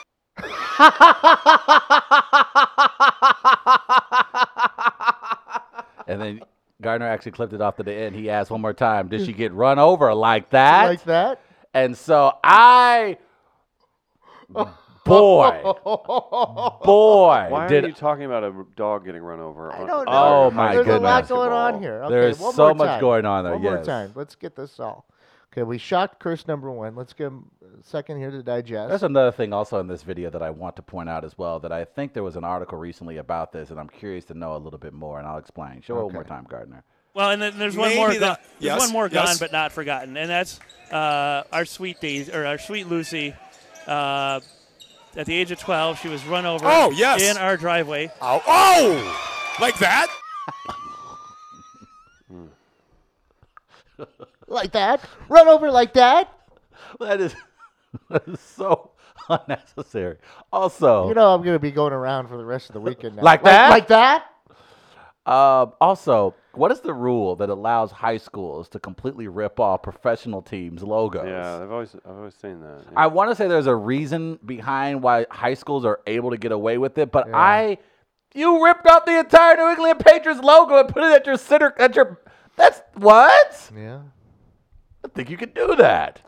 C: And then Gardner actually clipped it off to the end. He asked one more time, "Did she get run over like that?"
A: like that?
C: And so I, boy, boy,
B: Why
C: did
B: are you talking about a r- dog getting run over?
A: I
B: on-
A: don't know.
C: Oh,
B: on
C: my
A: There's a lot
C: goodness.
A: going on
B: basketball?
A: here. Okay,
C: There is
A: one
C: so
A: more
C: much
A: time.
C: going on there,
A: One more
C: yes.
A: time. Let's get this all. Okay, we shocked Chris number one. Let's give him second here to digest.
C: That's another thing also in this video that I want to point out as well that I think there was an article recently about this, and I'm curious to know a little bit more, and I'll explain. Show it one more
A: Okay.
C: time, Gardner.
F: Well, and then there's one
G: Maybe
F: more.
G: that-
F: gone, there's
G: yes,
F: one more
G: yes.
F: gone, but not forgotten, and that's uh, our sweet days or our sweet Lucy. Uh, at the age of 12, she was run over
G: Oh, yes.
F: in our driveway.
G: Ow. Oh! Like that?
A: like that? Run over like that?
C: That is, (laughs) that is so (laughs) unnecessary. Also,
A: You know I'm gonna be going around for the rest of the weekend now.
C: Like that?
A: Like, that?
C: Um, also, what is the rule that allows high schools to completely rip off professional teams' logos?
B: Yeah, I've always I've always seen that.
C: I want to say there's a reason behind why high schools are able to get away with it, but I, you ripped off the entire New England Patriots logo and put it at your center at your. That's what?
A: Yeah.
C: I think you could do that.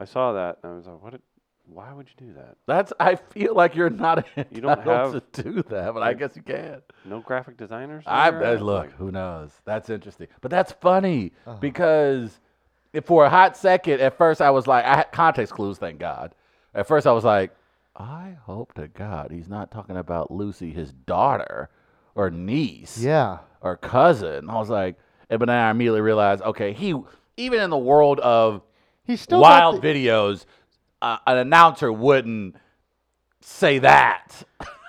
B: I saw that and I was like, what? did- why would you do that?
C: That's. I feel like you're not (laughs)
B: You
C: entitled
B: don't have-
C: to do that, but I guess you can.
B: No graphic designers.
C: I,
B: there?
C: I-
B: was
C: look,
B: like,
C: who knows? That's interesting, but that's funny
A: Uh-huh.
C: because if for a hot second, at first I was like, I had context clues, thank God. At first I was like, I hope to God he's not talking about Lucy, his daughter, or niece,
A: Yeah.
C: or cousin. I was like, and but then I immediately realized, okay, he even in the world of
A: He's still not
C: wild
A: the-
C: videos, uh, an announcer wouldn't say that.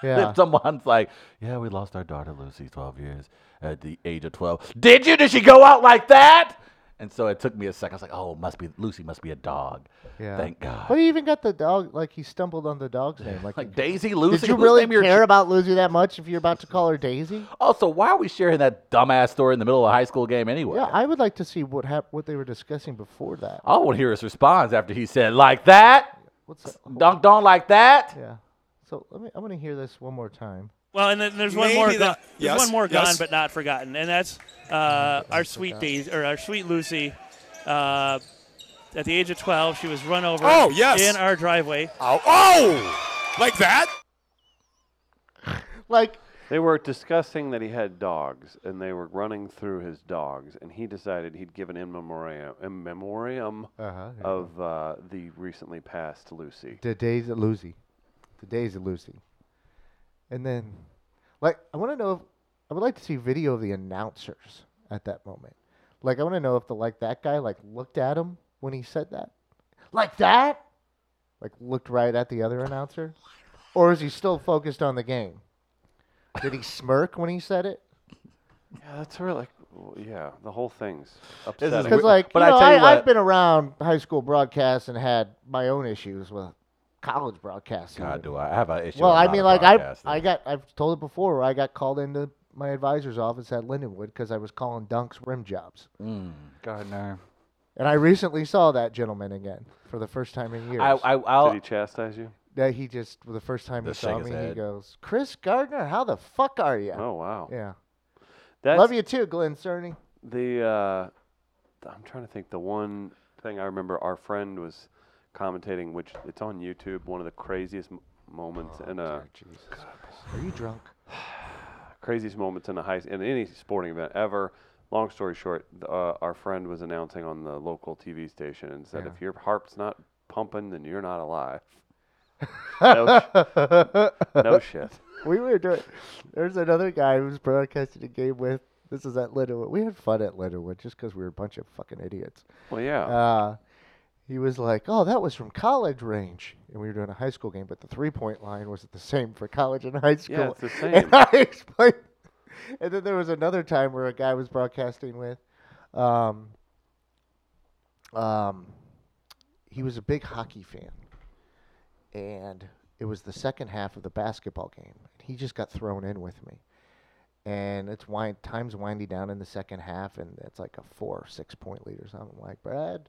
A: Yeah.
C: if someone's like, "Yeah, we lost our daughter Lucy, 12 years at the age of 12." Did you? Did she go out like that? And so it took me a second. I was like, "Oh, must be Lucy. Must be a dog."
A: Yeah.
C: Thank God.
A: But he even got the dog like he stumbled on the dog's name. Like,
C: like Daisy Lucy.
A: did you
C: whose
A: really
C: name Oh, your
A: care
C: chi-
A: about Lucy that much if you're about to call her Daisy?
C: Also, why are we sharing that dumbass story in the middle of a high school game anyway?
A: Yeah, I would like to see what hap- what they were discussing before that.
C: All I want to hear his response after he said, "Like that,
A: What's that?
C: dunk, don't like that."
A: Yeah. So let me. I'm gonna hear this one more time.
F: Well, and then there's one
G: Maybe
F: more.
G: that-
F: gone,
G: yes,
F: there's one more
G: yes.
F: gone, but not forgotten, and that's uh, our sweet days or our sweet Lucy. Uh, at the age of 12, she was run over
G: Oh, yes.
F: in our driveway.
G: Ow. Oh! Like that?
A: Like,
B: They were discussing that he had dogs, and they were running through his dogs, and he decided he'd give an in memoriam, in memoriam
A: uh-huh, yeah.
B: of uh, the recently passed Lucy.
A: the days of Lucy, the days of Lucy, and then, like, I want to know if I would like to see video of the announcers at that moment. Like, I want to know if the like that guy like looked at him when he said that, like that, like looked right at the other announcer, or is he still focused on the game? Did he smirk when he said it?
B: Yeah, that's really like, w- yeah, the whole thing's
C: is
B: upsetting.
A: Because
C: weird.
A: like,
C: But
A: you
C: I
A: know,
C: tell
A: I,
C: you what-
A: I've been around high school broadcasts and had my own issues with college broadcasting.
C: God, do I have an issue?
A: Well,
C: with a
A: I
C: lot
A: mean,
C: of
A: like I,
C: broadcasting.
A: I got, I've told it before, where I got called into my advisor's office at Lindenwood because I was calling dunks rim jobs,
C: Mm, Gardner.
A: and I recently saw that gentleman again for the first time in years.
C: I, I, I'll,
A: Oh.
B: Did he chastise you?
A: that he just for the first time he
C: Just
A: saw
C: shake his
A: me, he
C: head.
A: goes, "Chris Gardner, how the fuck are you?"
B: Oh wow,
A: Yeah,
B: that's
A: love you too, Glenn Cerny.
B: the. Uh, th- I'm trying to think. The one thing I remember, our friend was commentating, which it's on YouTube. One of the craziest m- moments
A: Oh,
B: in a
A: Are you drunk?
B: craziest moments in a high in any sporting event ever. Long story short, th- uh, our friend was announcing on the local TV station and said,
A: Yeah.
B: "If your harp's not pumping, then you're not
A: (laughs)
B: alive." no, sh- no shit.
A: we were doing. There's another guy who was broadcasting a game with. This is at Lindenwood. We had fun at Lindenwood just because we were a bunch of fucking idiots.
B: Well, yeah.
A: Uh, he was like, "Oh, that was from college range," and we were doing a high school game, but the three-point line was the same for college and high school.
B: Yeah,
A: (laughs)
B: it's the same.
A: And I explained. (laughs) And then there was another time where a guy was broadcasting with, um, um, he was a big hockey fan, and it was the second half of the basketball game. And he just got thrown in with me, and it's wind time's winding down in the second half, and it's like a four or six point lead or something. I'm like Brad,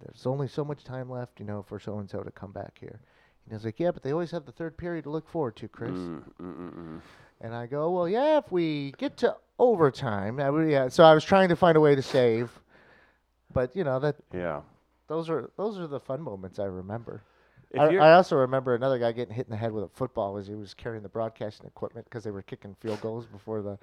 A: there's only so much time left, you know, for so and so to come back here. And I was like, yeah, but they always have the third period to look forward to, Chris.
B: Mm, mm, mm, mm.
A: And I go, well, yeah, if we get to overtime, that would, yeah. So I was trying to find a way to save, but you know that
B: Yeah.
A: those are those are the fun moments I remember.
B: If
A: I,
B: you're-
A: I also remember another guy getting hit in the head with a football as he was carrying the broadcasting equipment because they were kicking field goals before the,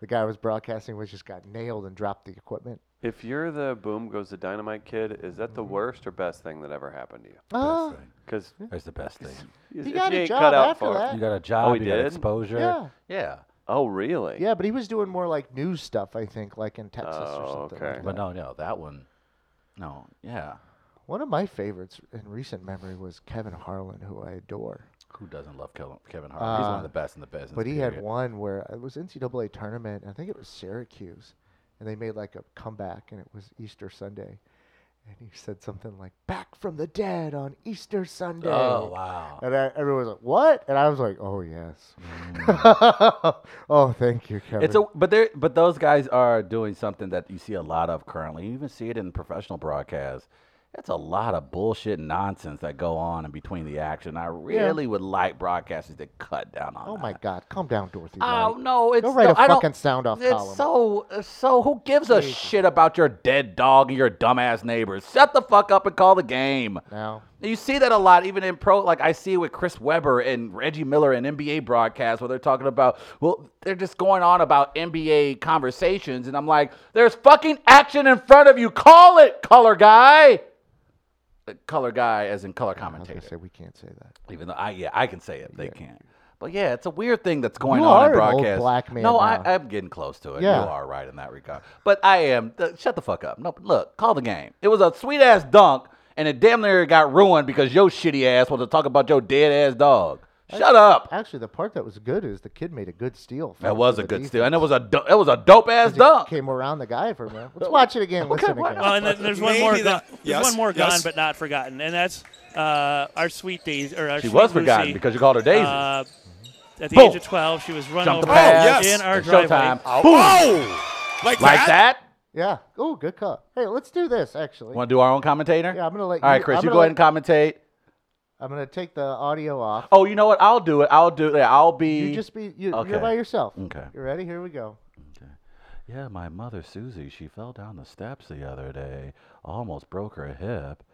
A: the guy was broadcasting was just got nailed and dropped the equipment.
B: If you're the boom goes the dynamite kid, is that the
A: Mm-hmm.
B: worst or best thing that ever happened to you?
A: Oh,
H: Best thing.
B: Because
H: There's the best thing.
B: if
A: got a
B: you ain't
A: job
B: cut out
A: after
B: for it.
A: that.
C: Uh,
H: You got a
C: oh,
H: job.
B: he
H: you got
B: did?
H: exposure.
A: Yeah.
H: Yeah.
B: Oh, really?
A: yeah, but he was doing more like news stuff, I think, like in Texas or
B: Oh,
A: something.
B: okay.
A: like
H: But
A: that.
B: But
H: no, no, that one.
C: No, yeah.
A: One of my favorites in recent memory was Kevin Harlan, who I adore.
C: Who doesn't love Kevin, Kevin Hart? He's one
A: Uh,
C: of the best in the business.
A: But he had
C: period.
A: one where uh, it was NCAA tournament. and I think it was Syracuse, and they made like a comeback, and it was Easter Sunday, and he said something like "Back from the dead on Easter Sunday."
H: Oh wow.
A: And I, everyone was like, "What?" And I was like, "Oh yes." (laughs) oh, thank you, Kevin.
C: Mm. It's a but there but those guys are doing something that you see a lot of currently. You even see it in professional broadcasts. It's a lot of bullshit nonsense that go on in between the action. I really would like broadcasters to cut down on.
A: oh
C: that.
A: my God! Calm down, Dorothy.
C: Oh
A: Wright.
C: no! It's
A: Go write
C: no,
A: a
C: I don't-
A: fucking sound off
C: it's
A: column.
C: so so. Who gives a shit about your dead dog and your dumbass neighbors? Shut the fuck up and call the game.
A: now.
C: You see that a lot, even in pro. Like I see with Chris Webber and Reggie Miller and NBA broadcasts, where they're talking about, well, they're just going on about NBA conversations, and I'm like, there's fucking action in front of you. Call it, color guy. Uh, Color guy, as in color
A: I was
C: commentator.
A: gonna say we can't say that.
C: Even though I yeah I can say it, they can't. But yeah, it's a weird thing that's going
A: You
C: on in
A: are an old
C: broadcast.
A: black man
C: no,
A: now.
C: I, I'm getting close to it.
A: Yeah.
C: You are right in that regard. But I am. th- shut the fuck up. No, look, call the game. It was a sweet ass dunk, and it damn near got ruined because your shitty ass wanted to talk about your dead ass dog. Shut up.
A: Actually, the part that was good is the kid made a good steal.
C: That was a good steal, and it was a do- it was a dope ass dunk.
A: Came around the guy for a
C: (laughs)
A: minute. Let's watch it again. Listen
C: why
A: again.
F: Well, and then there's one
G: Maybe
F: more.
G: the-
F: Gone, there's
G: yes,
F: one more
G: yes.
F: gone, but not forgotten, and that's uh, our sweet days or our
C: She
F: sweet
C: was forgotten
F: Lucy,
C: because you called her Daisy.
F: uh, at the
C: Boom.
F: age of 12, she was run
C: Jump the
F: over
C: pass.
G: Oh, yes.
F: in our
C: It's
F: driveway.
C: Showtime.
G: Oh! Like,
C: Like
G: that?
C: that?
A: Yeah. Oh, good call. Hey, let's do this actually.
C: Want to do our own commentator?
A: Yeah, I'm gonna let
C: All right,
A: you-
C: Chris,
A: I'm
C: you
A: gonna
C: go ahead and commentate.
A: I'm gonna take the audio off.
C: Oh, you know what? I'll do it. I'll do it. I'll be.
A: You just be you,
C: Okay.
A: you're by yourself.
C: Okay.
A: You ready? Here we go.
H: Yeah, my mother Susie, she fell down the steps the other day, almost broke her hip.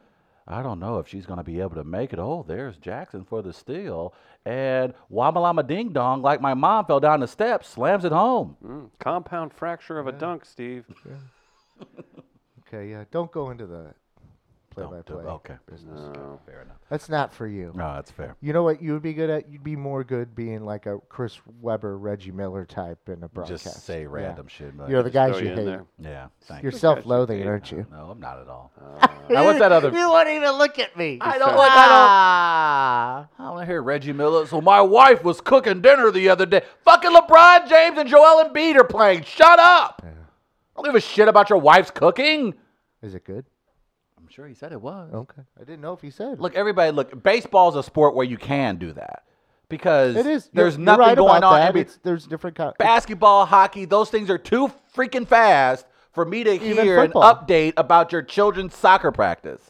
H: I don't know if she's going to be able to make it. Oh, there's Jackson for the steal. And Wamalama Ding Dong, like my mom fell down the steps, slams it home.
B: Mm, compound fracture of a dunk, Steve.
A: Okay. Yeah. Don't go into the
H: Don't
A: play-by-play.
H: do- Okay.
B: No.
H: Fair enough.
A: That's not for you.
H: No, that's fair.
A: You know what you would be good at? You'd be more good being like a Chris Webber, Reggie Miller type in a broadcast.
H: Just say
A: Yeah.
H: random shit. But
A: You're the guys
B: Throw
A: you
B: you in
A: hate.
B: there.
H: yeah, thank
A: You're
H: you.
A: self-loathing, aren't you? Uh,
H: No, I'm not at all.
C: Now, what's that other?
A: (laughs) You won't even look at me.
C: I don't want. I don't. I want to hear Reggie Miller. So my wife was cooking dinner the other day. Fucking LeBron James and Joel Embiid are playing. Shut up. I don't give a shit about your wife's cooking.
A: (laughs)
C: Oh.
A: Is it good?
H: I'm sure he said it was.
A: Okay. I didn't know if you said.
C: Look, everybody, look. Baseball's a sport where you can do that because
A: it is.
C: There's
A: you're,
C: nothing
A: you're right
C: going
A: about That.
C: on. NBA
A: It's, there's different kind.
C: basketball, hockey, those things are too freaking fast for me to
A: Even
C: hear an
A: football.
C: update about your children's soccer practice.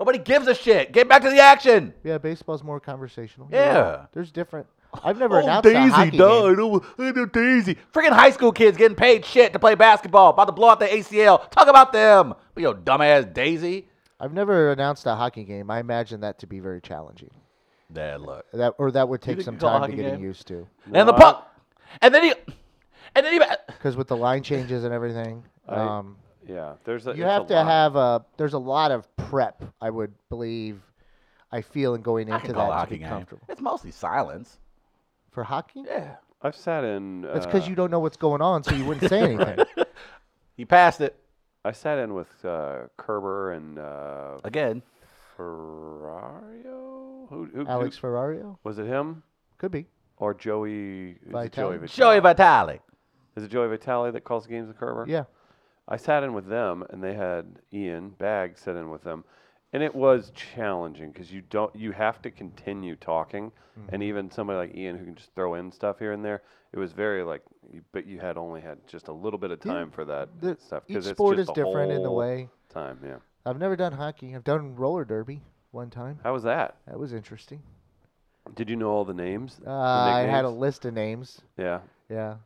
C: Nobody gives a shit. Get back to the action.
A: Yeah, baseball's more conversational. You're right.
C: Yeah.
A: There's different. I've never announced a hockey game.
C: Oh, oh, Daisy. Freaking high school kids getting paid shit to play basketball, about to blow out the ACL. Talk about them. But yo, dumbass Daisy.
A: I've never announced a hockey game. I imagine that to be very challenging.
C: Yeah, look.
A: That or that would take
C: think
A: some
C: you call a
A: time to
C: hockey
A: getting
C: game?
A: used to.
C: And the puck. And then he. And then he.
A: Because with the line changes and everything, um,
B: Yeah, there's a.
A: you
B: it's a
A: have to
B: lot.
A: have a. There's a lot of prep. I would believe. I feel in going
C: I
A: into
C: can call a
A: that to
C: hockey
A: be
C: game.
A: comfortable
C: It's mostly silence.
A: for hockey.
C: Yeah.
B: I've sat in.
A: That's
B: uh,
A: because you don't know what's going on, so you wouldn't say
C: (laughs)
A: anything.
C: He passed it
B: I sat in with uh, Kerber and uh,
C: again.
B: Ferrario. Who, who,
A: Alex
B: who-
A: Ferrario
B: was it him
A: could be.
B: or Joey? Is it
A: Vitale?
B: Joey Vitale?
C: Joey Vitale.
B: Is it Joey Vitale that calls games with Kerber?
A: Yeah.
B: I sat in with them, and they had Ian Bag sit in with them, and it was challenging because you don't you have to continue talking,
A: Mm-hmm.
B: and even somebody like Ian who can just throw in stuff here and there, it was very like, you- but you had only had just a little bit of time for that
A: the-
B: stuff
A: each
B: because it's
A: sport
B: just
A: is
B: the
A: different in the
B: whole
A: way.
B: Time, yeah.
A: I've never done hockey. I've done roller derby one time.
B: How was that?
A: That was interesting.
B: Did you know all the names? the
A: Uh, I had a
B: nicknames?
A: list of names.
B: yeah.
A: Yeah.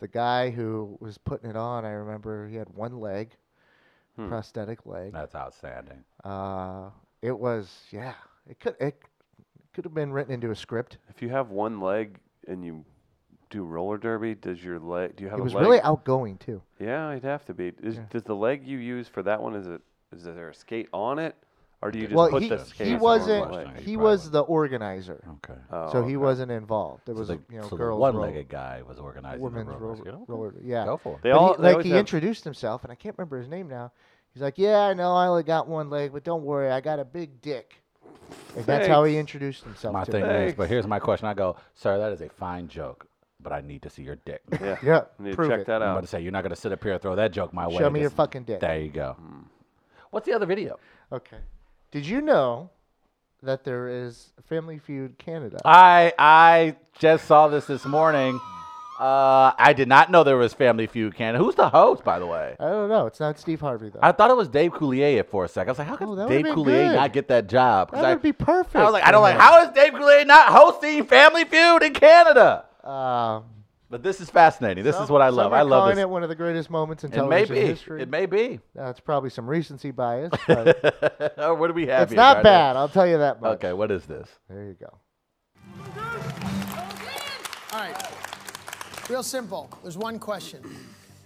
A: The guy who was putting it on, I remember he had one leg,
B: Hmm.
A: prosthetic leg.
C: That's outstanding.
A: Uh, it was, yeah, It could it could have been written into a script.
B: If you have one leg and you do roller derby, does your leg? Do you have
A: He was
B: a leg?
A: really outgoing too.
B: yeah, it'd have to be. Is,
A: Yeah.
B: Does the leg you use for that one is it? Is there a skate on it, or do you just
A: well,
B: put
A: he,
B: the skate
A: he
B: on the
A: wasn't.
B: leg?
C: leg.
A: He was the organizer,
C: Okay.
B: Oh,
A: so he
B: okay.
A: wasn't involved. There was
C: Uh, so
A: a
C: the,
A: you know
C: so the
A: girls roll-
C: one-legged guy was organizing
A: women's
C: the
A: roller,
C: roller. skate.
A: roller- yeah.
C: Go for it.
B: They
A: But
B: all
A: he-
B: they
A: like
B: always
A: he
B: have-
A: introduced himself, and I can't remember his name now. He's like, "Yeah, I know, I only got one leg, but don't worry, I got a big dick." And that's how he
B: Thanks.
A: introduced himself.
C: my
A: to
C: thing
A: me.
C: is, but here's my question. I go, sir, that is a fine joke, but I need to see your dick. (laughs)
B: Yeah,
A: Yeah,
B: You need to
A: prove
B: check
A: it.
B: that
C: I'm about
B: out.
C: to say you're not going to sit up here and throw that joke my way.
A: Show me your
C: Just-
A: fucking dick.
C: There you go. What's the other video?
A: Okay. Did you know that there is Family Feud Canada?
C: I I just saw this this morning. Uh, I did not know there was Family Feud Canada. Who's the host, by the way?
A: I don't know. It's not Steve Harvey though.
C: I thought it was Dave Coulier at for a second. I was like, how could
A: Oh, that
C: Dave
A: would've been
C: Coulier
A: good.
C: not get that job? 'Cause
A: that
C: I,
A: would be perfect.
C: I was like, I
A: for
C: don't like.
A: him.
C: How is Dave Coulier not hosting Family Feud in Canada?
A: Um,
C: But this is fascinating. This is
A: some-
C: what I
A: some
C: love.
A: are
C: I love
A: calling
C: this.
A: it one of the greatest moments in
C: It may
A: television
C: be.
A: history.
C: It may be. (laughs)
A: That's probably some recency bias, but
C: what do we have?
A: it's
C: here,
A: not
C: Gardner?
A: bad. I'll tell you that much.
C: Okay, what is this?
A: There you go.
I: All right. Real simple. There's one question,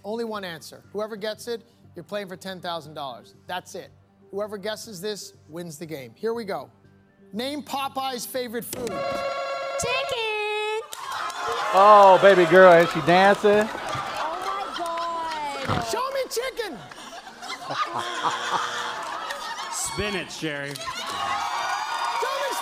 I: only one answer. Whoever gets it, you're playing for $10,000. That's it. Whoever guesses this wins the game. Here we go. Name Popeye's favorite food.
J: Chicken!
C: Oh, baby girl, and she dancing.
J: Oh my god!
I: Show me chicken.
F: Spinach, Jerry.
I: Show me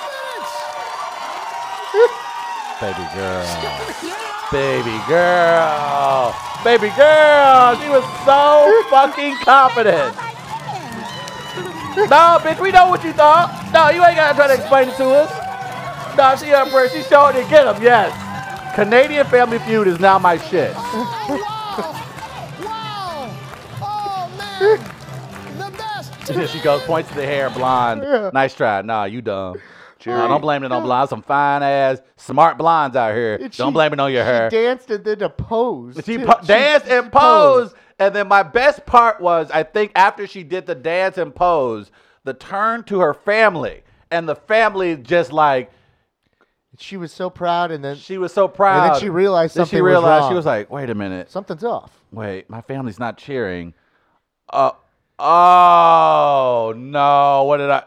I: spinach.
C: Baby girl. Baby girl. Baby girl. She was so fucking confident. (laughs) No, bitch, we know what you thought. No, you ain't gotta try to explain it to us. No, she up for it. She showed it. Get him, yes. Canadian Family Feud is now my shit. (laughs)
I: Wow. Wow. Oh, man. The best.
C: she goes, points to the hair, blonde. Nice try. Nah, you dumb. Nah, don't blame it on blondes. Some fine ass, smart blondes out here.
A: And
C: don't
A: she-
C: blame it on your
A: she
C: hair.
A: danced and then a pose.
C: She
A: too.
C: po- danced and
A: posed.
C: posed. And then my best part was, I think after she did the dance and pose, the turn to her family. And the family just like,
A: She was so proud, and then
C: she was so proud.
A: she realized
C: Then
A: something
C: she
A: was
C: realized,
A: wrong.
C: she was like, wait a minute.
A: something's off.
C: Wait, my family's not cheering. Uh, oh, no. What did I?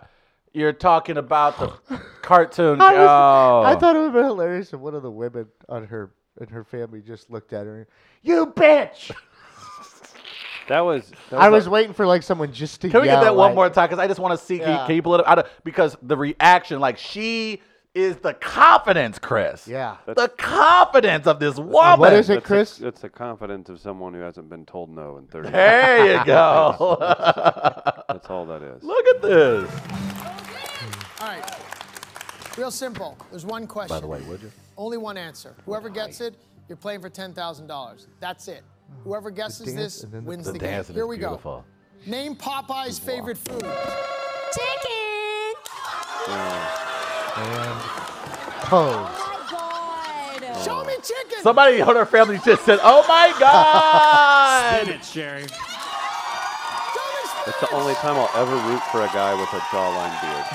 C: You're talking
A: (laughs)
C: about the cartoon.
A: I, was,
C: oh.
A: I thought it would have been hilarious if one of the women on her and her family just looked at her. You
C: (laughs)
A: bitch!
B: That was. That
A: I
B: was
A: was waiting for like someone just to.
C: Can we
A: yell,
C: get that one
A: like,
C: more time? Because I just want to see. Can, you,
A: Yeah.
C: can you pull it up? I don't, because the reaction, like she is the confidence, Chris.
A: Yeah.
C: The confidence of this woman.
A: What is
B: That's
A: it, (laughs)
B: the-
A: Chris?
B: that's the confidence of someone who hasn't been told no in 30 years.
C: There you go.
B: That's all that is.
C: Look at this.
I: All right. Real simple. There's one question.
C: By the way, would you?
I: Only one answer. Whoever gets it, you're playing for $10,000. That's it. Whoever guesses
A: dance
I: this
A: and then the-
I: wins
C: The
I: the, game.
C: dancing
I: Here
C: is
I: we
C: beautiful.
I: go. Name Popeye's favorite food.
J: Chicken!
A: Pose.
J: Oh my god!
I: Show me chicken.
C: Somebody on her family just said, "Oh
A: (laughs)
C: my God!"
F: Spinach, Jerry.
I: Show me spinach.
B: That's the only time I'll ever root for a guy with a jawline beard.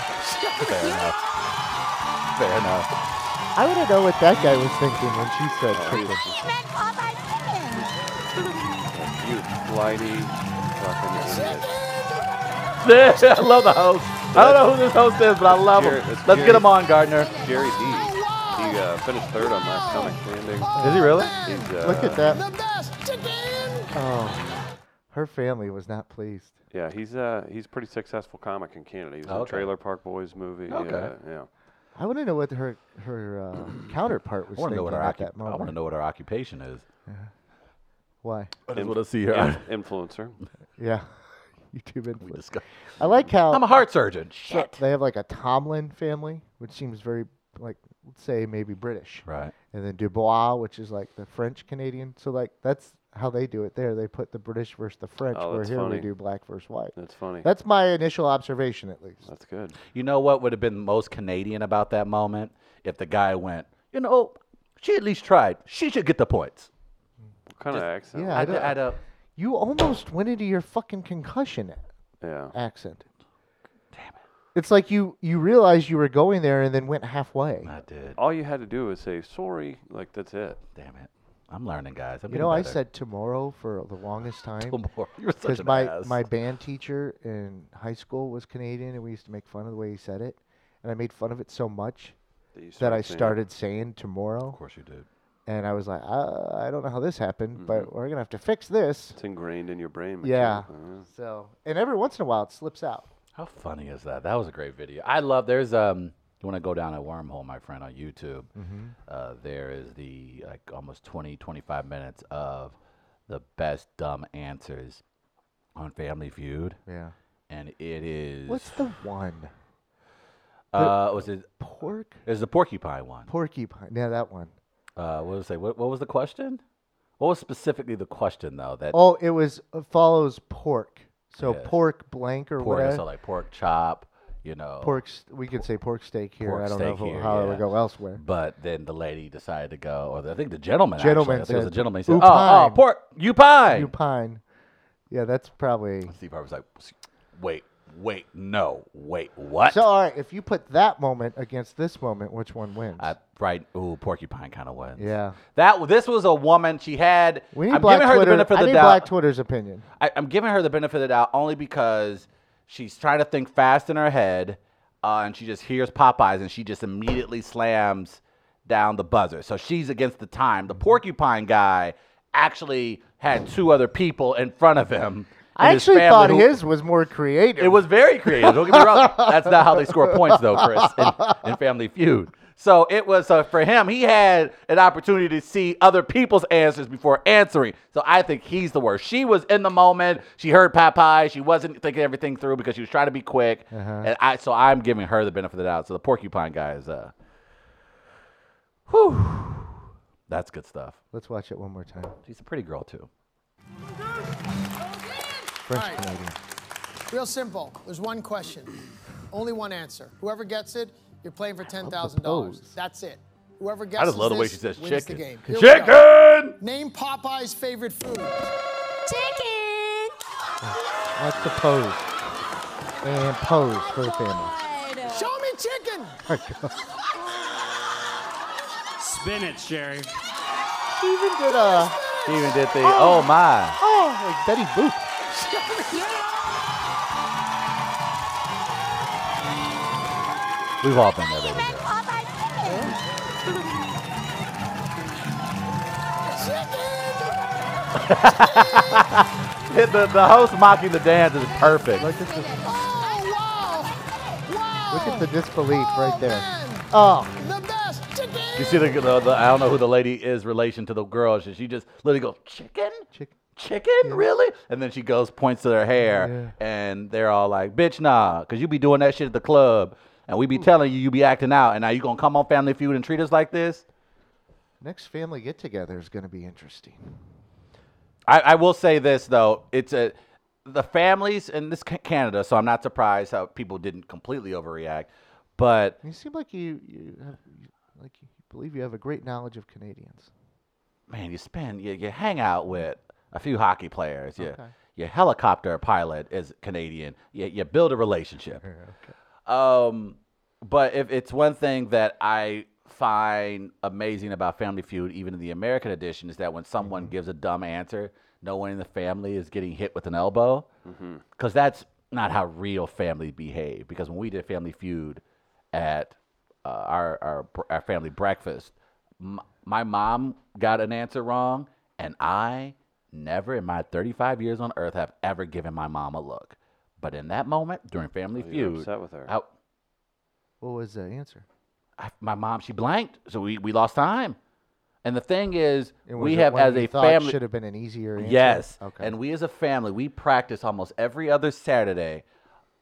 C: Fair enough. Fair enough.
A: I want to know what that guy was thinking when she said
C: Oh,
A: chicken.
J: He meant Popeye chicken!
B: You flighty fucking idiot.
C: This, I love the host. I don't know who this host is, but I love
B: Jared-
C: him.
B: that's
C: Let's get
B: Jared.
C: him on, Gardner.
B: Jerry D.
I: Oh,
B: He uh, finished third on last comic standing.
C: Is he really?
B: He's, uh,
A: Look at that.
I: The best chicken.
A: Oh, her family was not pleased.
B: Yeah, he's uh, he's a pretty successful comic in Canada. He was in
C: Okay.
B: Trailer Park Boys movie.
C: Okay.
B: uh, yeah.
A: I want to know what her her uh, counterpart was
C: I want
A: thinking
C: to know what her
A: at
C: occup-
A: that
C: I want
A: moment.
C: to know what her occupation is.
A: Why?
C: I
B: just
C: want
B: wanna
C: to see her.
B: In- influencer.
A: Yeah, (laughs) YouTube influence. I like how
C: I'm a heart surgeon. Shit.
A: they have like a Tomlin family, which seems very like let's say maybe British,
C: Right.
A: and then Dubois, which is like the French Canadian. So like that's how they do it there. They put the British versus the French,
B: Oh,
A: where
B: that's
A: here
B: funny.
A: we do black versus white.
B: That's funny.
A: That's my initial observation, at least.
B: That's good.
C: You know what would have been most Canadian about that moment? If the guy went, you know, she at least tried. She should get the points.
B: What kind of accent?
A: yeah.
C: I,
A: I
C: d-
A: don't-
C: I don't-
A: You almost went into your fucking concussion a-
B: Yeah.
A: accent. It's like you you realized you were going there and then went halfway.
H: I did.
B: All you had to do was say sorry. Like that's it.
H: Damn it. I'm learning, guys. I'm
A: You know, I
H: getting better.
C: (laughs)
A: said tomorrow for the
H: (laughs)
A: longest time.
H: Tomorrow. You're such
A: because
H: an
A: my
H: ass.
A: my band teacher in high school was Canadian, and we used to make fun of the way he said it, and I made fun of it so much
B: That, you
A: that I
B: saying-
A: started saying tomorrow,
H: Of course you did.
A: and I was like, uh, I don't know how this happened,
H: Mm-hmm.
A: but we're gonna have to fix this.
B: It's ingrained in your brain. Uh,
A: Yeah.
B: mechanically,
H: Uh-huh.
B: yeah.
A: So, and every once in a while it slips out.
H: How
C: Funny is that? That was a great video. I love. There's um. You want to go down a wormhole, my friend, on YouTube.
A: Mm-hmm.
C: Uh, there is the like almost 20, 25 minutes of the best dumb answers on Family Feud,
A: Yeah.
C: and it is.
A: What's the one?
C: uh, was it?
A: Pork?
C: There's the porcupine one.
A: Porcupine. Yeah, that one.
C: Uh, what was it? What, what was the question? What was specifically the question though? That
A: Oh, it was uh, follows pork. So
C: Yes.
A: pork blank or
C: pork,
A: whatever.
C: so like pork chop, you know.
A: pork. st- We can say pork steak here.
C: pork
A: I don't know
C: steak
A: who-
C: here,
A: how it
C: yeah.
A: would go elsewhere.
C: But then the lady decided to go, or the, I think the gentleman.
A: Gentleman
C: actually, I think it was
A: said,
C: the gentleman. He said, "Oh, oh,
A: "Upine."
C: pork, you pine."
A: Lupine. Yeah, that's probably.
C: Steve Harvey's like, "Wait, wait, no, wait, what?"
A: So, all right, if you put that moment against this moment, which one wins?
C: I, right, ooh, porcupine kind of wins.
A: yeah.
C: That this was a woman. She had.
A: We need
C: I'm
A: Black
C: giving her
A: Twitter.
C: the benefit
A: I
C: of
A: need
C: the doubt.
A: Black Twitter's opinion.
C: I, I'm giving her the benefit of the doubt only because she's trying to think fast in her head, uh, and she just hears Popeyes and she just immediately slams down the buzzer. So she's against the time. The porcupine guy actually had two other people in front of him.
A: I
C: and his
A: actually
C: family
A: thought
C: who-
A: his was more creative.
C: It was very creative. Don't get me wrong. That's not how they score points, though, Chris, in, in Family Feud. So it was uh, for him. He had an opportunity to see other people's answers before answering. So I think he's the worst. She was in the moment. She heard Popeye. She wasn't thinking everything through because she was trying to be quick. And I, so I'm giving her the benefit of the doubt. So the porcupine guy is, uh, whew, that's good stuff.
A: Let's watch it one more time.
C: She's a pretty girl too.
A: French Canadian.
I: Real simple. There's one question, only one answer. Whoever gets it, you're playing for ten thousand dollars.
A: propose.
I: That's it. Whoever guesses
C: I just love the way
I: this
C: she says
I: wins
C: chicken.
I: the game. Here we go.
C: Chicken.
I: Name Popeye's favorite food.
J: Chicken.
A: That's the pose. And pose for the family.
J: Good.
I: Show me chicken.
G: Spinach, Jerry.
A: She even did a
C: She even did the oh my.
A: oh like Betty Boop.
C: We've all been there.
J: You
C: baby
J: meant
C: girl.
J: Popeye chicken.
C: the, the, the host mocking the dance is perfect.
A: Look at the
I: Oh wow! Wow!
A: look at the disbelief right
I: Oh,
A: there.
I: man.
A: Oh,
I: The best chicken.
C: You see the, the, the I don't know who the lady is relation to the girl. She, she just literally goes chicken,
A: Chick-
C: chicken, really? And then she goes points to their hair, and they're all like, "Bitch, nah, cause you be doing that shit at the club, and we be telling you you be acting out, and now you gonna come on Family Feud and treat us like this."
A: next family get together is going to be interesting.
C: I, I will say this though, it's a the families in this is Ca- Canada, so I'm not surprised how people didn't completely overreact, but
A: You seem like you you have, you- like you believe you have a great knowledge of Canadians.
C: man, you spend you, you hang out with a few hockey players. You,
A: Okay.
C: your helicopter pilot is Canadian. You, you build a relationship. Um, but if it's one thing that I find amazing about Family Feud, even in the American edition, is that when someone
B: Mm-hmm.
C: gives a dumb answer, no one in the family is getting hit with an elbow,
B: Mm-hmm.
C: because that's not how real families behave. Because when we did Family Feud at uh, our, our br- our family breakfast, m- my mom got an answer wrong, and I never in my 35 years on earth have ever given my mom a look. But in that moment during Family
B: Oh, you were
C: Feud,
B: upset with her.
C: I,
A: What was the answer?
C: I- my mom she blanked, so we, we lost time. And the thing is,
A: It
C: we
A: was
C: have
A: one
C: as
A: you
C: a
A: thought
C: family.
A: should have been an easier answer.
C: Yes.
A: Okay.
C: And we as a family, we practice almost every other Saturday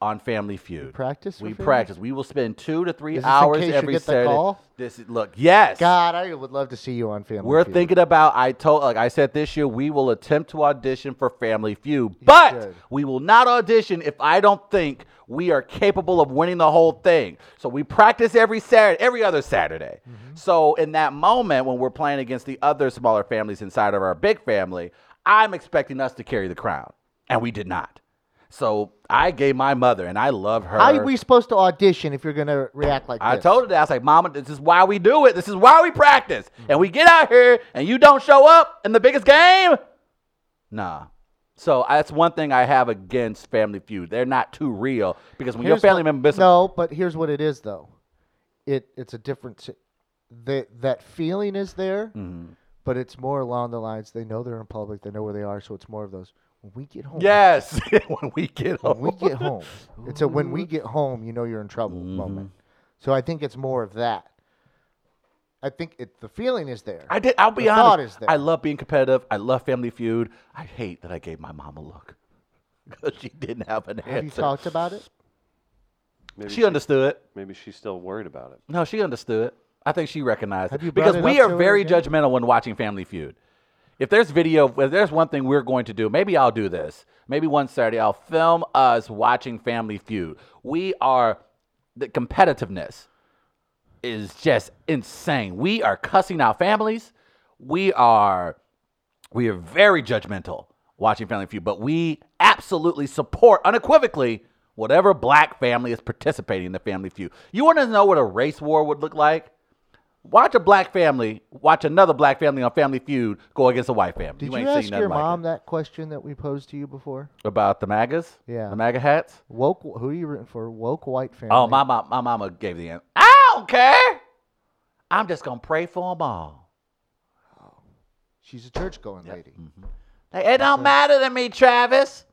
C: on Family Feud. We
A: practice for
C: We
A: Family?
C: practice. We will spend two to three
A: Is this in
C: hours
A: case you
C: every
A: get the
C: Saturday.
A: call?
C: This is, look, yes.
A: God, I would love to see you on Family.
C: We're
A: Feud.
C: thinking about. I told, like I said this year, we will attempt to audition for Family Feud, but
A: should.
C: we will not audition if I don't think we are capable of winning the whole thing. So we practice every Saturday, every other Saturday.
A: Mm-hmm.
C: So in that moment when we're playing against the other smaller families inside of our big family, I'm expecting us to carry the crown, and we did not. So I gave my mother, and I love her.
A: How are we supposed to audition if you're gonna react like
C: I
A: this?
C: told her that. I was like, Mama, this is why we do it. This is why we practice. And we get out here and you don't show up in the biggest game. Nah. So that's one thing I have against Family Feud. They're not too real because when
A: Here's
C: your family
A: what-
C: member misses,
A: No, but here's what it is though. It it's a different. si- That that feeling is there,
C: Mm-hmm.
A: but it's more along the lines they know they're in public, they know where they are, so it's more of those. When we get home,
C: (laughs) yes, (laughs) when we get
A: When
C: home,
A: we get home, it's a when we
C: Mm-hmm.
A: get home, you know you're in trouble moment. So I think it's more of that. I think it the feeling is there.
C: I did. I'll be
A: The thought
C: honest.
A: is there.
C: I love being competitive. I love Family Feud. I hate that I gave my mom a look (laughs) because she didn't have an
A: Have you
C: answer.
A: talked about it?
B: Maybe
C: she understood.
B: Maybe she's still worried about it.
C: No, she understood. I think she recognized
A: Have
C: it.
A: you brought
C: because
A: it
C: we
A: up to
C: are
A: her
C: very
A: again?
C: judgmental when watching Family Feud. If there's video, if there's one thing we're going to do, maybe I'll do this. Maybe one Saturday I'll film us watching Family Feud. We are the competitiveness is just insane. We are cussing out families. We are we are very judgmental watching Family Feud, but we absolutely support unequivocally whatever black family is participating in the Family Feud. You want to know what a race war would look like? Watch a black family, watch another black family on Family Feud go against a white family.
A: Did you,
C: ain't seen
A: ask
C: nothing
A: your
C: like
A: mom
C: it.
A: that question that we posed to you before?
C: about the MAGAs?
A: Yeah.
C: the MAGA hats.
A: Woke, who are you rooting for? Woke white family.
C: Oh, my mom, my mama gave the answer. I don't care. I'm just gonna pray for them all.
A: She's a church going lady.
C: Like, it don't matter to me, Travis.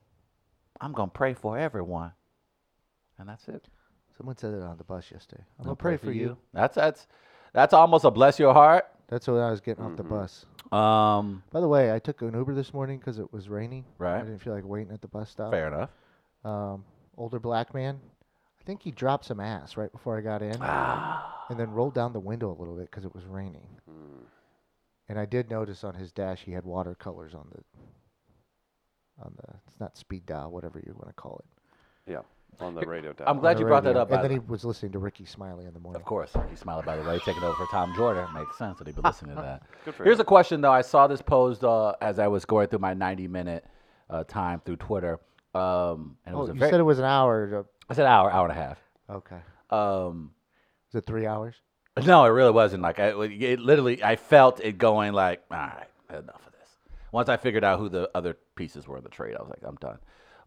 C: I'm gonna pray for everyone, and that's it.
A: Someone said it on the bus yesterday. I'm
C: I'll
A: gonna pray, for you.
C: That's that's that's almost a bless your heart.
A: That's when I was getting
C: Mm-hmm.
A: off the bus.
C: Um,
A: By the way, I took an Uber this morning because it was raining. I
C: Right.
A: didn't feel like waiting at the bus stop.
C: fair enough.
A: Um, older black man. I think he dropped some ass right before I got in,
C: Ah.
A: and then rolled down the window a little bit because it was raining.
C: Hmm.
A: And I did notice on his dash he had watercolors on the on the it's not speed dial, whatever you want to call it.
B: Yeah, on the radio. dial.
C: I'm glad
A: on
C: you
A: the
C: brought that
A: radio.
C: up. by
A: And
C: the
A: then he was listening to Ricky Smiley in the morning.
C: Of course, Ricky Smiley, by the way, taking over for Tom Jordan. Makes
A: (laughs)
C: sense that he'd be listening to that.
B: Good for
C: Here's
B: him.
C: a question, though. I saw this posed uh, as I was going through my 90 minute uh, time through Twitter. Um, and it
A: Oh,
C: was a
A: you
C: very,
A: said it was an hour.
C: I said hour, hour and a half.
A: Okay.
C: Um,
A: Is it three hours?
C: no, it really wasn't. Like, I, it literally, I felt it going like, all right, enough of this. Once I figured out who the other pieces were in the trade, I was like, I'm done.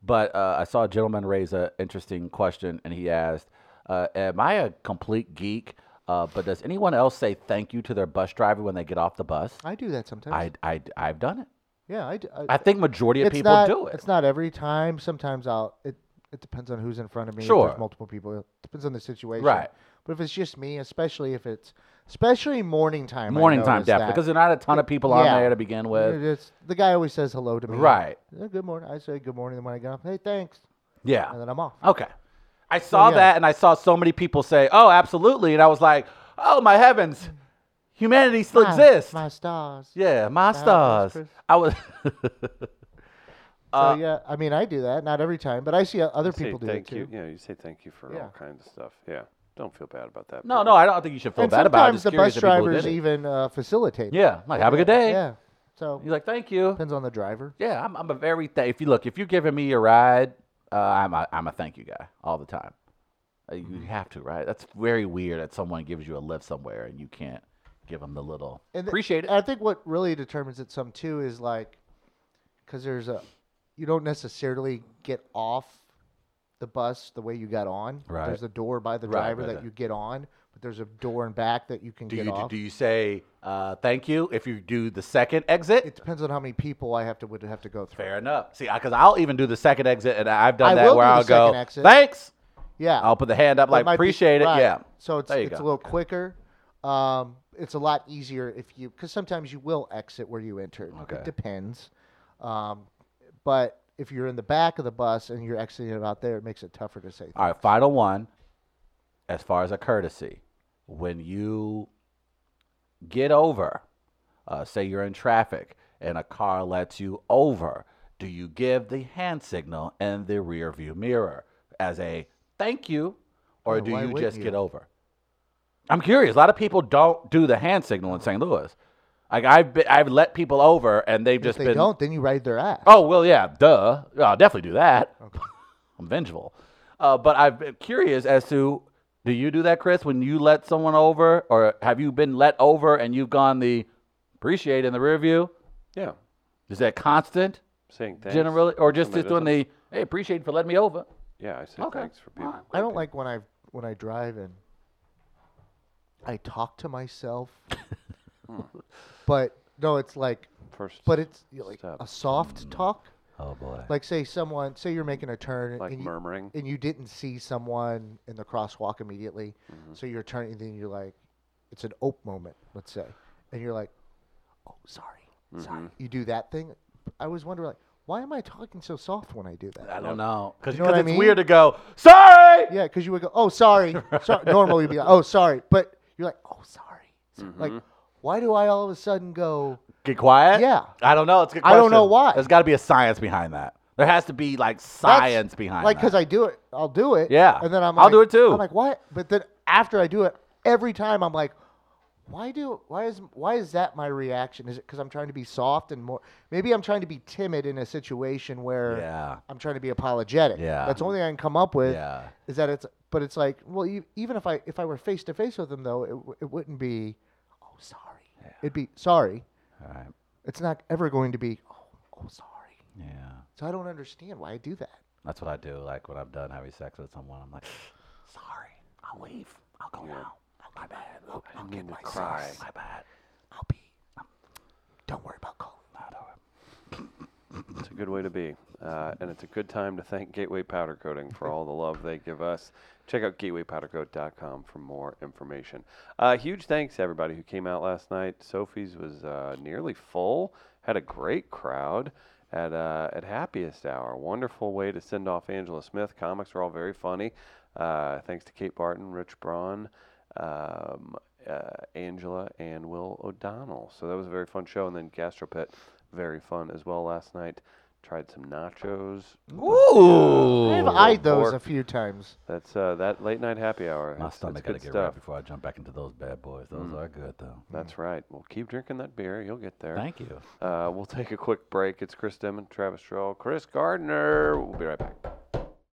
C: But uh, I saw a gentleman raise an interesting question, and he asked, uh, "Am I a complete geek? Uh, but does anyone else say thank you to their bus driver when they get off the bus?
A: I do that sometimes.
C: I, I, I've done it.
A: yeah, I do.
C: I think majority of
A: it's
C: people
A: not,
C: do it.
A: It's not every time. Sometimes I'll. It it depends on who's in front of me. If
C: Sure.
A: there's multiple people. It depends on the situation.
C: Right.
A: But if it's just me, especially if it's especially morning time. I
C: Morning time,
A: notice
C: definitely,
A: that.
C: because there are not a ton of people on
A: Yeah.
C: there to begin with.
A: It's- the guy always says hello to me.
C: Right.
A: "Yeah, good morning. I say good morning. Then when I get up, hey, thanks,
C: Yeah.
A: and then I'm off.
C: Okay. I saw
A: yeah.
C: that and I saw so many people say, oh, absolutely. And I was like, oh, my heavens, humanity still
A: My-
C: exists.
A: My stars.
C: yeah, my stars.
A: Chris.
C: I was. (laughs)
A: So yeah, I mean, I do that. Not every time, but I see o- other
B: (laughs) Say
A: people do it
B: thank
A: too.
B: you. Yeah, you say thank you for
A: Yeah.
B: all kinds of stuff. Yeah, don't feel bad about that.
C: no,
B: but
C: no, I don't think you should feel
A: And
C: bad about it. I'm
A: sometimes the
C: just curious
A: bus
C: if people did
A: drivers
C: it.
A: even uh, facilitate. it.
C: Yeah, like, have a good day.
A: Yeah. So
C: He's like, thank you.
A: depends on the driver.
C: Yeah, I'm, I'm a very th- if you look if you're giving me a ride, uh, I'm a, I'm a thank you guy all the time. Uh,
A: Mm-hmm.
C: You have to, right? That's very weird that someone gives you a lift somewhere and you can't give them the little
A: And th-
C: appreciate it.
A: I think what really determines it some too is like, because there's a, you don't necessarily get off the bus the way you got on.
C: Right.
A: There's a door by the
C: Right,
A: driver
C: right,
A: that
C: right.
A: you get on, but there's a door and back that you can
C: do
A: get
C: you
A: off.
C: do you say uh, thank you if you do the second exit?
A: it depends on how many people I have to would have to go through.
C: Fair enough. See, because I'll even do the second exit, and I've done
A: I
C: that
A: will
C: where
A: do the
C: I'll go
A: second exit.
C: thanks.
A: Yeah.
C: I'll put the hand up
A: That
C: like
A: might be-
C: appreciate it.
A: right.
C: Yeah.
A: So it's
C: There you
A: it's
C: go.
A: a little quicker. Um, it's a lot easier if you because sometimes you will exit where you entered.
C: Okay.
A: It depends. Um, but if you're in the back of the bus and you're exiting it out there, it makes it tougher to say.
C: All right, final one. As far as a courtesy, when you get over, uh, say you're in traffic and a car lets you over, do you give the hand signal and the rear view mirror as a thank you, or
A: Yeah,
C: do
A: why
C: you
A: wouldn't
C: just
A: you?
C: get over? I'm curious. A lot of people don't do the hand signal in St. Louis. Like I've been, I've let people over and they've
A: If
C: just
A: they
C: been
A: don't, then you ride their ass.
C: Oh well, yeah, duh. I'll definitely do that. (laughs) I'm vengeful. Uh, but I'm curious as to do you do that, Chris, when you let someone over, or have you been let over and you've gone the appreciate in the rear view?
B: Yeah.
C: Is that constant
B: Saying thanks.
C: generally, or just
B: Somebody
C: just doing
B: doesn't-
C: the hey appreciate for letting me over?
B: Yeah, I say
C: Okay.
B: thanks for people.
A: I don't like when I when I drive and I talk to
C: (laughs)
A: myself.
C: Hmm.
A: but no, it's like
B: First.
A: but it's you know, like
B: Stop.
A: a soft talk.
C: Oh boy.
A: Like say someone say you're making a turn
B: Like
A: and, you,
B: murmuring.
A: and you didn't see someone in the crosswalk immediately.
C: Mm-hmm.
A: So you're turning and then you're like it's an ope moment, let's say. And you're like, "Oh, sorry.
C: Mm-hmm.
A: Sorry." You do that thing. I always wonder like, why am I talking so soft when I do that?
C: I don't know because
A: You know what I
C: it's
A: mean?
C: weird to go sorry.
A: (laughs) Yeah, because you would go, "Oh,
C: (laughs)
A: sorry." sorry. Normally you'd be like, "Oh, sorry," but you're like, "Oh, sorry." So,
C: Mm-hmm.
A: Like, why do I all of a sudden go?
C: Get quiet.
A: Yeah.
C: I don't know. It's a good
A: I don't know
C: question.
A: why.
C: There's got to be a science behind that. There has to be like
A: "That's-"
C: science behind.
A: Like,
C: that.
A: because I do it, I'll do it.
C: Yeah,
A: and then I'm,
C: I'll
A: like-
C: do it too.
A: I'm like, "What?" But then after I do it, every time I'm like, "Why do? Why is? Why is that my reaction? Is it because I'm trying to be soft and more? Maybe I'm trying to be timid in a situation where
C: Yeah.
A: I'm trying to be apologetic.
C: Yeah.
A: that's the only thing I can come up with.
C: Yeah.
A: is that it's but it's like well e- even if i if i were face to face with them though it, w- it wouldn't be oh sorry it'd be sorry
C: All right.
A: it's not ever going to be oh, oh sorry
C: Yeah.
A: so i don't understand why i do that
C: That's what I do. Like when I'm done having sex with someone, I'm like, sorry, I'll leave. I'll go now. My bad. I'll, I'll get my cry. My bad. I'll be.
A: don't worry about calling
B: It's a good way to be. Uh, and it's a good time to thank Gateway Powder Coating for all the love they give us. Check out gatewaypowdercoat.com for more information. Uh, huge thanks to everybody who came out last night. Sophie's was uh, nearly full, had a great crowd at, uh, at Happiest Hour. Wonderful way to send off Angela Smith. Comics were all very funny. Uh, thanks to Kate Barton, Rich Braun, um, uh, Angela, and Will O'Donnell. So that was a very fun show. And then Gastropet, very fun as well last night. Tried some nachos.
C: Ooh.
A: i've eyed those
B: Or-
A: a few times
B: That's uh, that late night happy hour.
C: My
B: It's- it's
C: stomach
B: good
C: gotta get
B: stuff.
C: right before I jump back into those bad boys. Those are good though.
B: That's right. Well, keep drinking that beer. You'll get there.
C: Thank you.
B: Uh, we'll take a quick break. It's Chris Demon, Travis Stroll, Chris Gardner. We'll be right back.